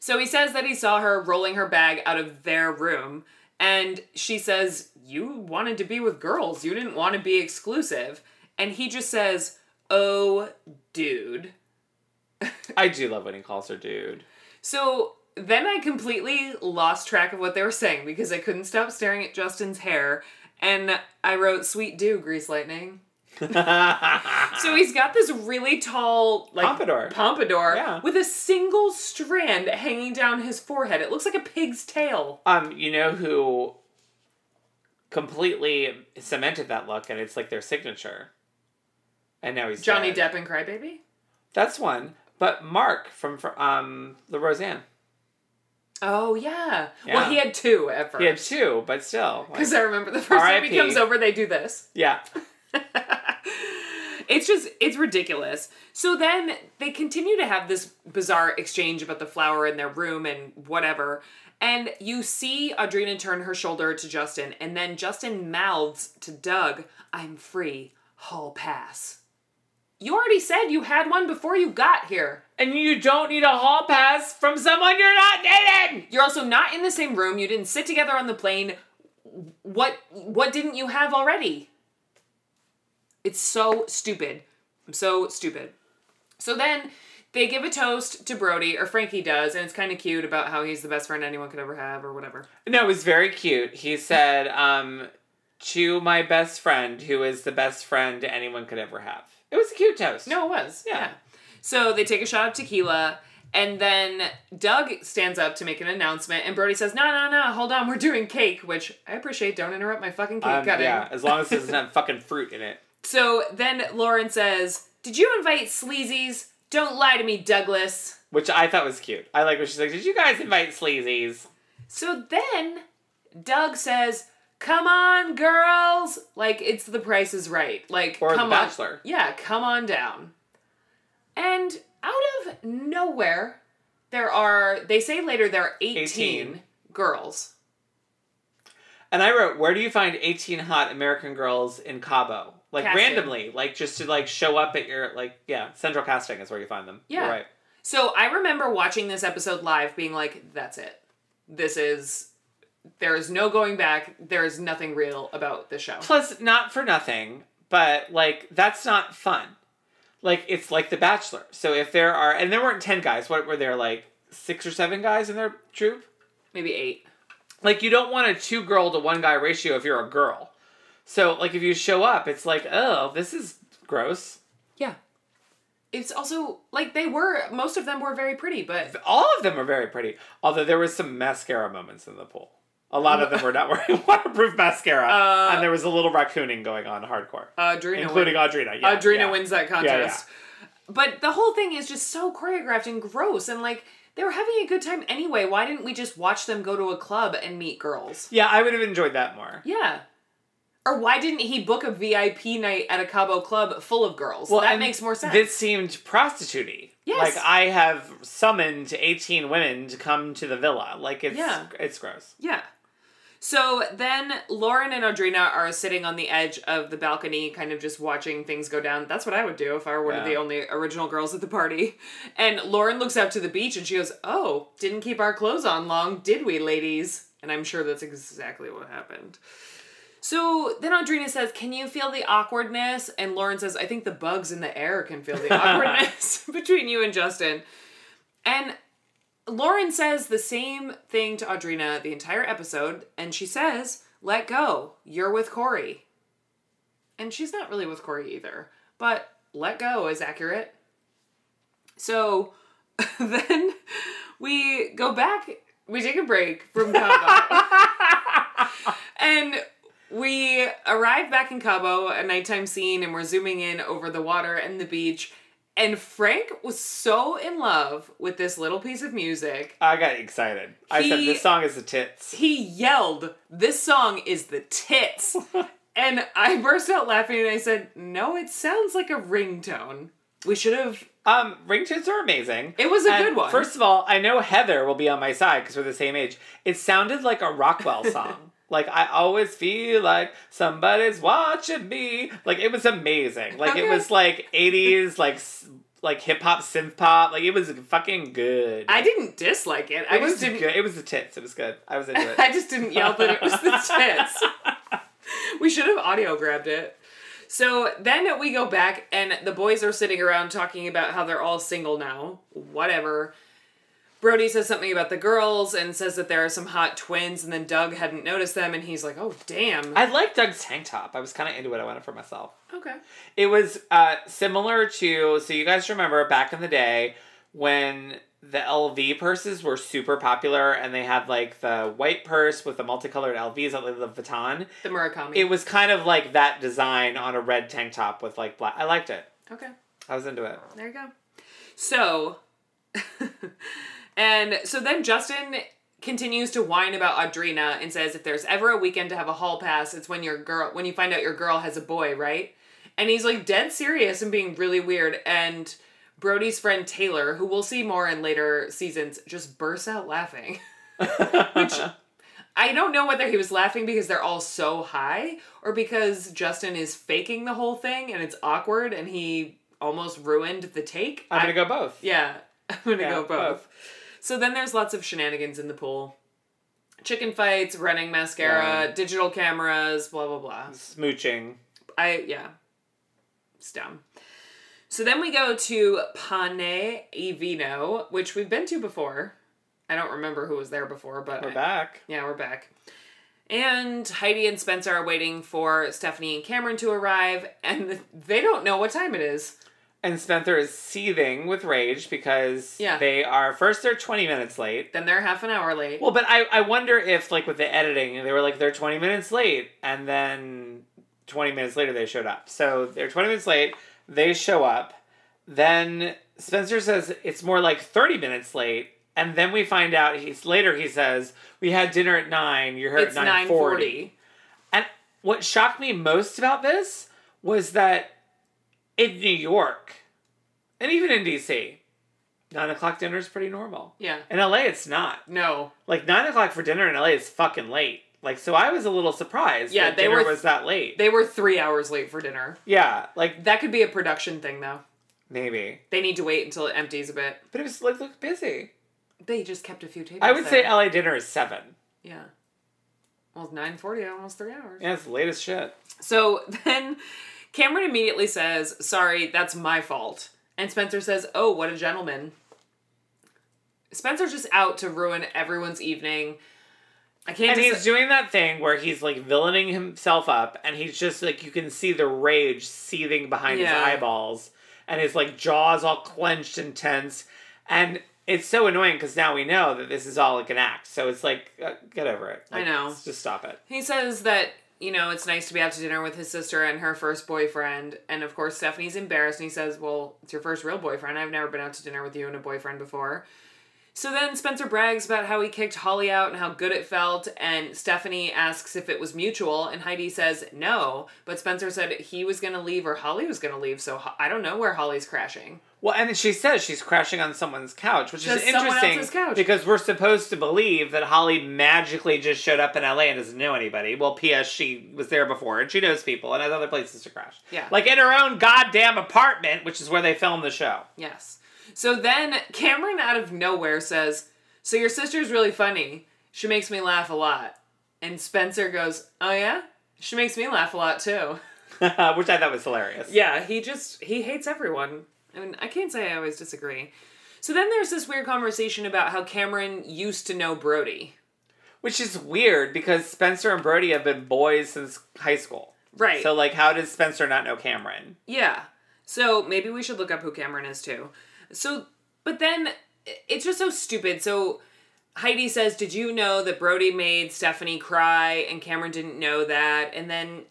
B: So he says that he saw her rolling her bag out of their room, and she says, You wanted to be with girls, you didn't want to be exclusive. And he just says, Oh dude.
A: I do love when he calls her dude.
B: So then I completely lost track of what they were saying because I couldn't stop staring at Justin's hair. And I wrote, Sweet do, Grease Lightning.
A: Um,
B: So he's got this really tall, like
A: Ah. Pompadour.
B: pompadour
A: Yeah.
B: with a single strand hanging down his forehead. It looks like a pig's tail.
A: Um, you know who completely cemented that look, and it's like their signature. And now he's
B: Johnny
A: dead.
B: Depp and Crybaby?
A: That's one. But Mark from fr- um the Roseanne.
B: Oh, yeah.
A: Yeah.
B: Well, he had two at first.
A: He had two, but still. like-
B: Because I remember the first time he
A: R.I.P..
B: comes over, they do this.
A: yeah.
B: It's just, it's ridiculous. So then they continue to have this bizarre exchange about the flower in their room and whatever. And you see Audrina turn her shoulder to Justin, and then Justin mouths to Doug, I'm free, hall pass. You already said you had one before you got here.
A: And you don't need a hall pass from someone you're not dating.
B: You're also not in the same room. You didn't sit together on the plane. What what didn't you have already? It's so stupid. I'm so stupid. So then they give a toast to Brody, or Frankie does, and it's kind of cute about how he's the best friend anyone could ever have, or whatever.
A: No, it was very cute. He said, um, to my best friend, who is the best friend anyone could ever have. It was a cute toast.
B: No, it was. Yeah. So they take a shot of tequila, and then Doug stands up to make an announcement, and Brody says, No, no, no, hold on, we're doing cake, which I appreciate. Don't interrupt my fucking cake
A: Um,
B: cutting.
A: yeah, as long as it doesn't have fucking fruit in it.
B: So then Lauren says, Did you invite sleazies? Don't lie to me, Douglas.
A: Which I thought was cute. I like when she's like, Did you guys invite sleazies?
B: So then Doug says, Come on, girls. Like, it's the price is right. Like,
A: Or The
B: come On.
A: Bachelor.
B: Yeah, come on down. And out of nowhere, there are, they say later, there are 18,
A: 18.
B: girls.
A: And I wrote, Where do you find 18 hot American girls in Cabo? Like
B: Casting.
A: randomly, like just to like show up at your like yeah, central casting is where you find them. You're
B: Yeah.
A: right.
B: So I remember watching this episode live being like, That's it. This is, there is no going back. There is nothing real about the show.
A: Plus, not for nothing, but like that's not fun. Like it's like The Bachelor. So if there are and there weren't ten guys, what were there like six or seven guys in their troop?
B: Maybe eight.
A: Like you don't want a two girl to one guy ratio if you're a girl. So like if you show up, it's like oh this is gross.
B: Yeah. It's also like they were most of them were very pretty, but
A: All of them are very pretty. Although there was some mascara moments in the pool. A lot of them were not wearing waterproof mascara,
B: Uh,
A: and there was a little raccooning going on hardcore,
B: Adrena
A: including Audrina. Yeah,
B: Adrena
A: yeah.
B: wins that contest. But the whole thing is just so choreographed and gross and like they were having a good time anyway. Why didn't we just watch them go to a club and meet girls?
A: Yeah, I would have enjoyed that more.
B: Yeah. Or why didn't he book a VIP night at a Cabo club full of girls? Well,
A: Well,
B: that
A: and
B: makes more sense.
A: This seemed prostitute
B: Yes.
A: Like I have summoned eighteen women to come to the villa. Like it's
B: Yeah.
A: it's gross.
B: Yeah. So then Lauren and Audrina are sitting on the edge of the balcony, kind of just watching things go down. That's what I would do if I were one of
A: Yeah.
B: the only original girls at the party. And Lauren looks out to the beach and she goes, Oh, didn't keep our clothes on long, did we, ladies? And I'm sure that's exactly what happened. So then Audrina says, Can you feel the awkwardness? And Lauren says, I think the bugs in the air can feel the awkwardness between you and Justin. And Lauren says the same thing to Audrina the entire episode, and she says, Let go. You're with Corey. And she's not really with Corey either, but let go is accurate. So then we go back, we take a break from Cabo. and we arrive back in Cabo, a nighttime scene, and we're zooming in over the water and the beach. And Frank was so in love with this little piece of music.
A: I got excited. I said
B: He-
A: this song is the tits.
B: He yelled, This song is the tits. and I burst out laughing and I said, No, it sounds like a ringtone. We should have.
A: Um, ringtones are amazing.
B: It was a
A: And
B: good one.
A: First of all, I know Heather will be on my side because we're the same age. It sounded like a Rockwell song. like I always feel like somebody's watching me. Like it was amazing. Like it
B: Okay.
A: was like eighties like s- like hip hop synth pop. Like it was fucking good.
B: I didn't dislike it. I
A: it
B: just
A: was
B: didn't.
A: good. It was the tits. It was good. I was into it.
B: I just didn't yell that it was the tits. we should have audio grabbed it. So then we go back, and the boys are sitting around talking about how they're all single now. Whatever. Brody says something about the girls and says that there are some hot twins, and then Doug hadn't noticed them, and he's like, oh, damn.
A: I like Doug's tank top. I was kind of into it. I wanted it for myself.
B: okay.
A: It was uh, similar to so you guys remember back in the day when the LV purses were super popular and they had like the white purse with the multicolored LVs on the Vuitton.
B: The Murakami.
A: It was kind of like that design on a red tank top with like black. I liked it.
B: okay.
A: I was into it.
B: There you go. So, and so then Justin continues to whine about Audrina and says, if there's ever a weekend to have a hall pass, it's when your girl, when you find out your girl has a boy, right? And he's like dead serious and being really weird. And Brody's friend Taylor, who we'll see more in later seasons, just bursts out laughing. I don't know whether he was laughing because they're all so high or because Justin is faking the whole thing and it's awkward and he almost ruined the take.
A: I'm
B: I-
A: gonna go both.
B: Yeah, I'm gonna
A: Yeah,
B: go both.
A: both.
B: So then there's lots of shenanigans in the pool. Chicken fights, running mascara, digital cameras, blah blah blah.
A: Smooching.
B: I yeah. It's dumb. So then we go to Pane e Vino, which we've been to before. I don't remember who was there before, but
A: We're
B: I-
A: back.
B: yeah, we're back. And Heidi and Spencer are waiting for Stephanie and Cameron to arrive, and they don't know what time it is.
A: And Spencer is seething with rage because
B: Yeah.
A: they are first they're 20 minutes late.
B: Then they're half an hour late.
A: Well, but I, I wonder if like with the editing they were like they're 20 minutes late and then 20 minutes later they showed up. So they're 20 minutes late, they show up. Then Spencer says it's more like 30 minutes late and then we find out he's later he says we had dinner at 9, you're here
B: it's
A: at
B: nine
A: 9:40.
B: forty.
A: And what shocked me most about this was that in New York, and even in DC, nine o'clock dinner is pretty normal.
B: Yeah.
A: In LA, it's not.
B: No.
A: Like nine o'clock for dinner in LA is fucking late. Like so, I was a little surprised.
B: Yeah,
A: that
B: they
A: dinner
B: were-
A: was that late.
B: They were three hours late for dinner.
A: yeah, like
B: That could be a production thing, though.
A: maybe,
B: They need to wait until it empties a bit.
A: but it was like looked busy.
B: They just kept a few tables.
A: I would say
B: there.
A: LA dinner is seven.
B: yeah. Well, nine forty, almost three hours.
A: Yeah, it's late as shit.
B: So then Cameron immediately says, Sorry, that's my fault. And Spencer says, Oh, what a gentleman. Spencer's just out to ruin everyone's evening. I can't
A: And he's
B: just.
A: doing that thing where he's like villaining himself up, and he's just like you can see the rage seething behind his
B: Yeah.
A: eyeballs, and his like jaws all clenched and tense, and it's so annoying because now we know that this is all like an act. So it's like uh, get over it.
B: I
A: Like,
B: know.
A: s- Just stop it.
B: He says that, you know, it's nice to be out to dinner with his sister and her first boyfriend. And of course, Stephanie's embarrassed and he says, Well, it's your first real boyfriend. I've never been out to dinner with you and a boyfriend before. So then Spencer brags about how he kicked Holly out and how good it felt. And Stephanie asks if it was mutual. And Heidi says no. But Spencer said he was going to leave or Holly was going to leave. So Ho- I don't know where Holly's crashing.
A: Well, and she says she's crashing on someone's couch, which
B: Just
A: is
B: someone
A: interesting
B: else's couch.
A: because we're supposed to believe that Holly magically just showed up in LA and doesn't know anybody. Well, P.S. She was there before and she knows people and has other places to crash.
B: Yeah.
A: like in her own goddamn apartment, which is where they filmed the show.
B: Yes. So then Cameron out of nowhere says, So your sister's really funny. She makes me laugh a lot. And Spencer goes, Oh yeah? She makes me laugh a lot too.
A: which I thought was hilarious.
B: Yeah, he just he hates everyone. I mean, I can't say I always disagree. So then there's this weird conversation about how Cameron used to know Brody.
A: Which is weird because Spencer and Brody have been boys since high school.
B: Right.
A: So like, how does Spencer not know Cameron?
B: Yeah. So maybe we should look up who Cameron is too. So, but then i- it's just so stupid. So Heidi says, Did you know that Brody made Stephanie cry and Cameron didn't know that? And then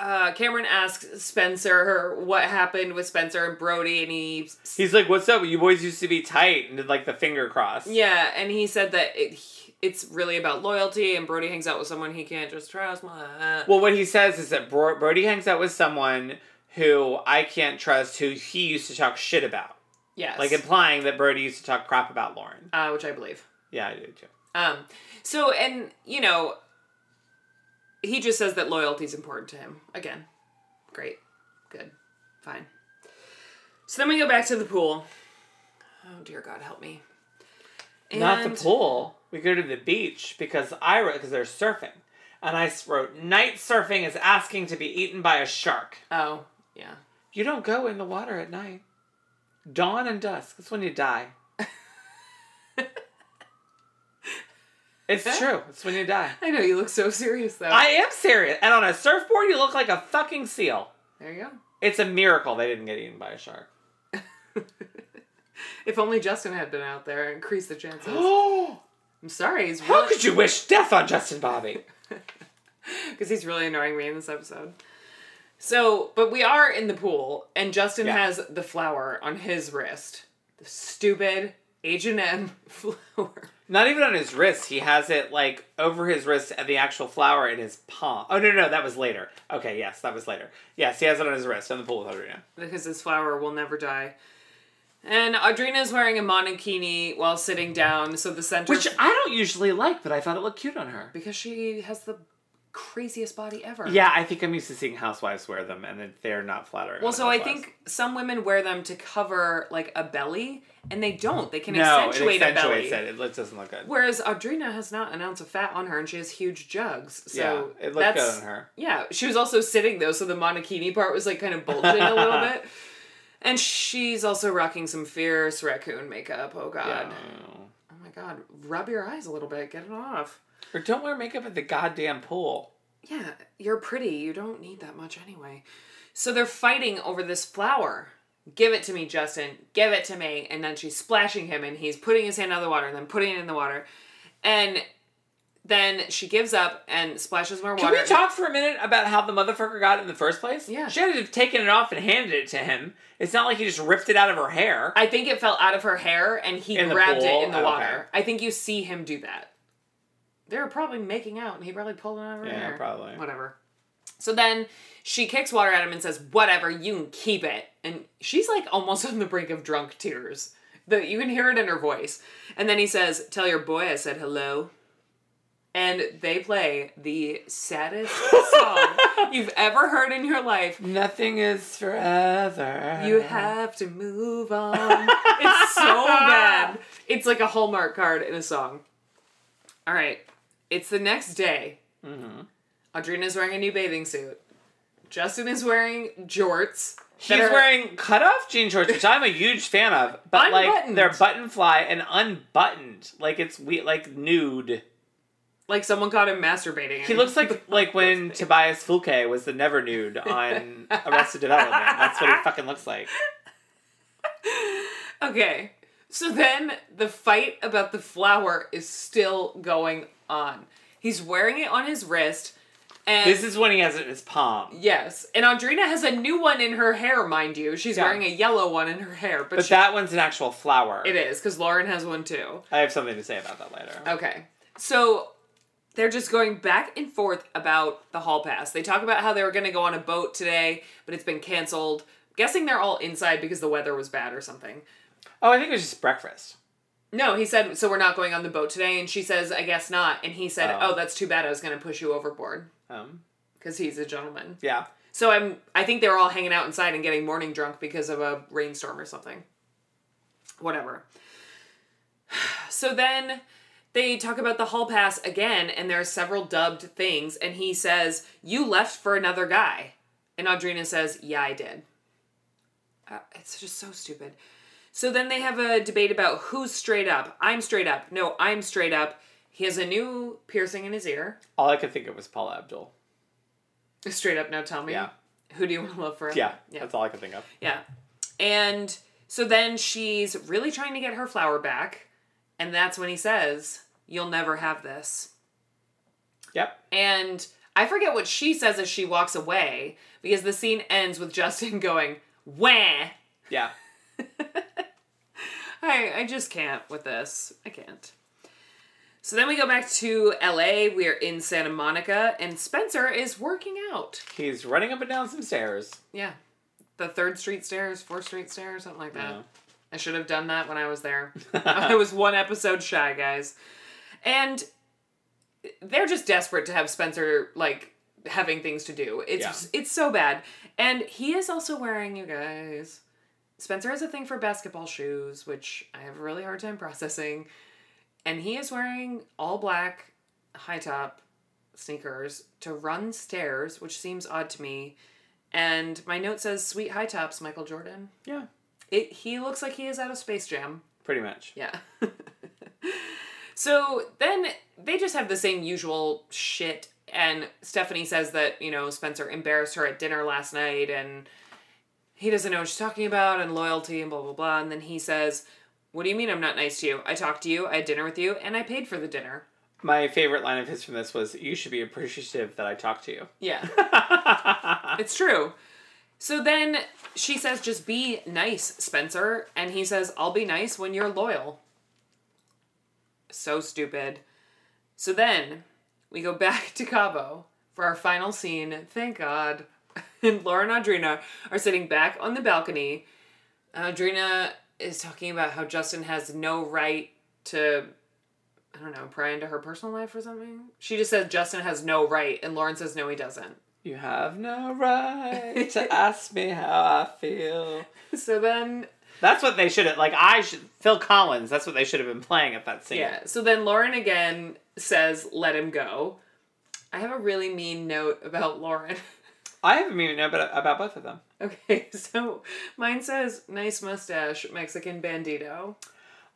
B: uh, Cameron asks Spencer what happened with Spencer and Brody, and he.
A: He's like, "What's up? You boys used to be tight," and did like the finger cross.
B: Yeah, and he said that it, it's really about loyalty, and Brody hangs out with someone he can't just trust. Blah.
A: Well, what he says is that Bro- Brody hangs out with someone who I can't trust, who he used to talk shit about,
B: Yes.
A: like implying that Brody used to talk crap about Lauren.
B: uh, which I believe.
A: Yeah, I do too.
B: Um, so and you know, he just says that loyalty's important to him. Again, great, good, fine. So then we go back to the pool. Oh dear God, help me!
A: Not the
B: And-
A: pool. We go to the beach because I wrote because they're surfing, and I s- wrote night surfing is asking to be eaten by a shark.
B: Oh yeah,
A: You don't go in the water at night. Dawn and dusk. That's when you die. it's true. It's when you die.
B: I know you look so serious though.
A: I am serious. And on a surfboard, you look like a fucking seal.
B: there you go.
A: It's a miracle they didn't get eaten by a shark.
B: If only Justin had been out there, increase the chances.
A: Oh,
B: I'm sorry, he's
A: how could you wish death on Justin Bobby?
B: because he's really annoying me in this episode. So, but we are in the pool, and Justin
A: Yeah.
B: has the flower on his wrist. The stupid H and M flower.
A: Not even on his wrist. He has it like over his wrist and the actual flower in his palm. Oh no, no, no, that was later. Okay, yes, that was later. Yes, he has it on his wrist. I'm in the pool with Adrina.
B: because this flower will never die. And Audrina is wearing a monokini while sitting down, so the center
A: Which I don't usually like, but I thought it looked cute on her.
B: because she has the craziest body ever.
A: Yeah, I think I'm used to seeing housewives wear them, and that they're not flattering.
B: Well,
A: on
B: so I
A: housewives.
B: think some women wear them to cover like a belly, and they don't. They can
A: no, it
B: accentuate
A: accentuates
B: a belly.
A: it. It looks- doesn't look good.
B: Whereas Audrina has not an ounce of fat on her, and she has huge jugs. So
A: yeah, it looked
B: that's
A: good on her.
B: yeah. She was also sitting though, so the monokini part was like kind of bulging a little bit. And she's also rocking some fierce raccoon makeup. Oh god.
A: No.
B: Oh my god. Rub your eyes a little bit. Get it off.
A: Or don't wear makeup at the goddamn pool.
B: Yeah, you're pretty. You don't need that much anyway. So they're fighting over this flower. Give it to me, Justin. Give it to me. And then she's splashing him and he's putting his hand out of the water and then putting it in the water. And then she gives up and splashes more
A: Can
B: water.
A: we talk for a minute about how the motherfucker got it in the first place?
B: Yeah.
A: She had to have taken it off and handed it to him. It's not like he just ripped it out of her hair.
B: I think it fell out of her hair and he
A: In the
B: grabbed
A: pool? Oh,
B: it in the
A: Okay.
B: water. I think you see him do that. They were probably making out and he probably pulled it out of her
A: Yeah,
B: hair.
A: probably.
B: Whatever. So then she kicks water at him and says, Whatever, you can keep it. And she's like almost on the brink of drunk tears. The, you can hear it in her voice. And then he says, Tell your boy I said hello. And they play the saddest song you've ever heard in your life.
A: Nothing is forever.
B: You have to move on. it's so bad. It's like a Hallmark card in a song. All right. It's the next day. Mm-hmm. Audrina's wearing a new bathing suit. Justin is wearing jorts.
A: She's wearing cutoff jean shorts, which I'm a huge fan of, but like
B: Unbuttoned.
A: they're button fly and unbuttoned. Like it's we like nude.
B: like someone caught him masturbating.
A: He looks like like when Tobias Fulke was the never nude on Arrested Development. That's what he fucking looks like.
B: Okay. So then the fight about the flower is still going on. He's wearing it on his wrist. And
A: This is when he has it in his palm.
B: Yes, and Audrina has a new one in her hair, mind you. She's
A: Yeah.
B: wearing a yellow one in her hair, but,
A: But
B: she,
A: that one's an actual flower.
B: it is because Lauren has one too.
A: I have something to say about that later.
B: Okay, so they're just going back and forth about the hall pass. They talk about how they were going to go on a boat today, but it's been canceled. Guessing they're all inside because the weather was bad or something.
A: Oh, I think it was just breakfast.
B: No, he said, so we're not going on the boat today. And she says, I guess not. And he said,
A: Oh.
B: oh, that's too bad. I was going to push you overboard
A: Um,
B: because he's a gentleman.
A: yeah.
B: So I'm I think they were all hanging out inside and getting morning drunk because of a rainstorm or something. Whatever. So then they talk about the hall pass again and there are several dubbed things and he says, "You left for another guy." And Audrina says, "Yeah, I did." Uh, it's just so stupid. So then they have a debate about who's straight up. I'm straight up. No, I'm straight up. He has a new piercing in his ear.
A: All I could think of was Paula Abdul.
B: Straight up, now tell me.
A: Yeah.
B: Who do you want to love forever?
A: Yeah, that's all I could think of.
B: Yeah. And so then she's really trying to get her flower back. And that's when he says, You'll never have this.
A: Yep.
B: And I forget what she says as she walks away because the scene ends with Justin going, Wah!
A: Yeah.
B: I, I just can't with this. I can't. So then we go back to LA. We are in Santa Monica, and Spencer is working out.
A: He's running up and down some stairs.
B: Yeah. The third street stairs, fourth street stairs, something like that.
A: Yeah.
B: I should have done that when I was there. I was one episode shy, guys. And they're just desperate to have Spencer like having things to do. It's it's so bad. And he is also wearing, you guys. Spencer has a thing for basketball shoes, which I have a really hard time processing. And he is wearing all black high top sneakers to run stairs, which seems odd to me. And my note says, "Sweet high tops, Michael Jordan."
A: Yeah.
B: It, he looks like he is out of Space Jam.
A: Pretty much.
B: Yeah. so then they just have the same usual shit. And Stephanie says that, you know, Spencer embarrassed her at dinner last night and he doesn't know what she's talking about and loyalty and blah, blah, blah. And then he says, What do you mean I'm not nice to you? I talked to you, I had dinner with you, and I paid for the dinner.
A: My favorite line of his from this was, "You should be appreciative that I talked to you."
B: Yeah. it's true. So then she says, Just be nice, Spencer. And he says, I'll be nice when you're loyal. So stupid. So then we go back to Cabo for our final scene. Thank God. And Laura and Audrina are sitting back on the balcony. Audrina is talking about how Justin has no right to I don't know, pry into her personal life or something. She just said Justin has no right, and Lauren says no, he doesn't.
A: You have no right to ask me how I feel.
B: So then,
A: That's what they should have. Like I should Phil Collins. That's what they should have been playing at that scene.
B: yeah. So then Lauren again says, "Let him go." I have a really mean note about Lauren.
A: I haven't even know about, about both of them.
B: Okay, so mine says, "Nice mustache, Mexican bandito."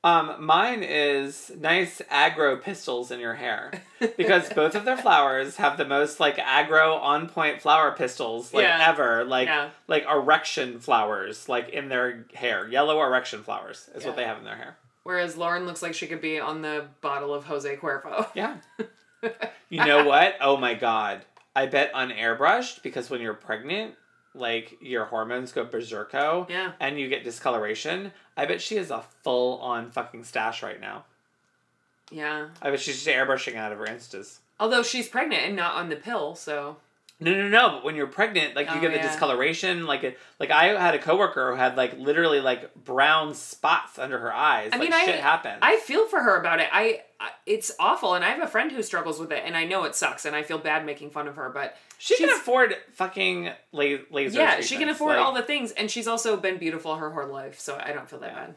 A: Um, mine is nice aggro pistols in your hair because both of their flowers have the most like aggro on point flower pistols like
B: Yeah.
A: ever like
B: Yeah.
A: like erection flowers like in their hair yellow erection flowers is
B: Yeah.
A: what they have in their hair.
B: Whereas Lauren looks like she could be on the bottle of Jose Cuervo.
A: Yeah. you know what? Oh my god. I bet unairbrush because when you're pregnant, like your hormones go berserko
B: Yeah.
A: and you get discoloration. I bet she is a full on fucking stash right now.
B: Yeah.
A: I bet she's just airbrushing out of her instas.
B: Although she's pregnant and not on the pill, so
A: No, no, no. But when you're pregnant, like you
B: Oh,
A: get the
B: yeah.
A: discoloration. Like, it, like I had a coworker who had like literally like brown spots under her eyes.
B: I
A: like
B: mean, I-
A: shit happens.
B: I feel for her about it. I, I it's awful, and I have a friend who struggles with it, and I know it sucks, and I feel bad making fun of her, but
A: she can
B: she's-
A: afford fucking la- laser.
B: yeah, she can
A: treatments,
B: afford
A: like-
B: all the things, and she's also been beautiful her whole life, so I don't feel that
A: Yeah.
B: bad.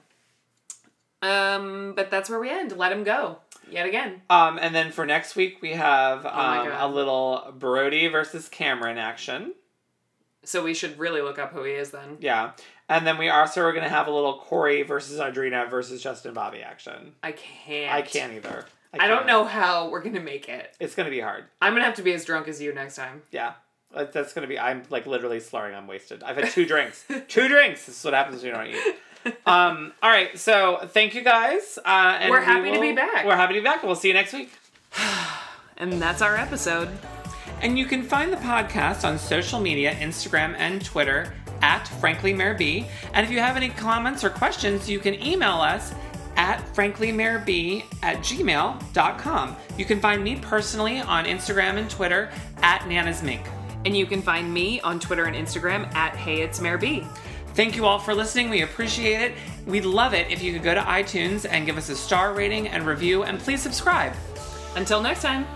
B: Um, but that's where we end. Let him go yet again.
A: Um, and then for next week we have
B: Oh my
A: um,
B: God.
A: a little Brody versus Cameron action.
B: So we should really look up who he is then.
A: Yeah, and then we also are gonna have a little Corey versus Audrina versus Justin Bobby action.
B: I can't.
A: I can't either.
B: I don't
A: can't.
B: know how we're gonna make it.
A: It's gonna be hard.
B: I'm gonna have to be as drunk as you next time.
A: Yeah, Like, that's gonna be. I'm like literally slurring. I'm wasted. I've had two drinks. Two drinks. This is what happens when you don't eat. Um. All right. So thank you guys. Uh, and
B: We're
A: we
B: happy to be
A: will-
B: back.
A: We're happy to be back. We'll see you next week.
B: And that's our episode.
A: And you can find the podcast on social media, Instagram and Twitter at Frankly Mayor B. And if you have any comments or questions, you can email us at franklymayorb at gmail.com. You can find me personally on Instagram and Twitter at Nana's Mink.
B: And you can find me on Twitter and Instagram at Hey It's Mayor B.
A: Thank you all for listening. We appreciate it. We'd love it if you could go to iTunes and give us a star rating and review, and please subscribe.
B: Until next time.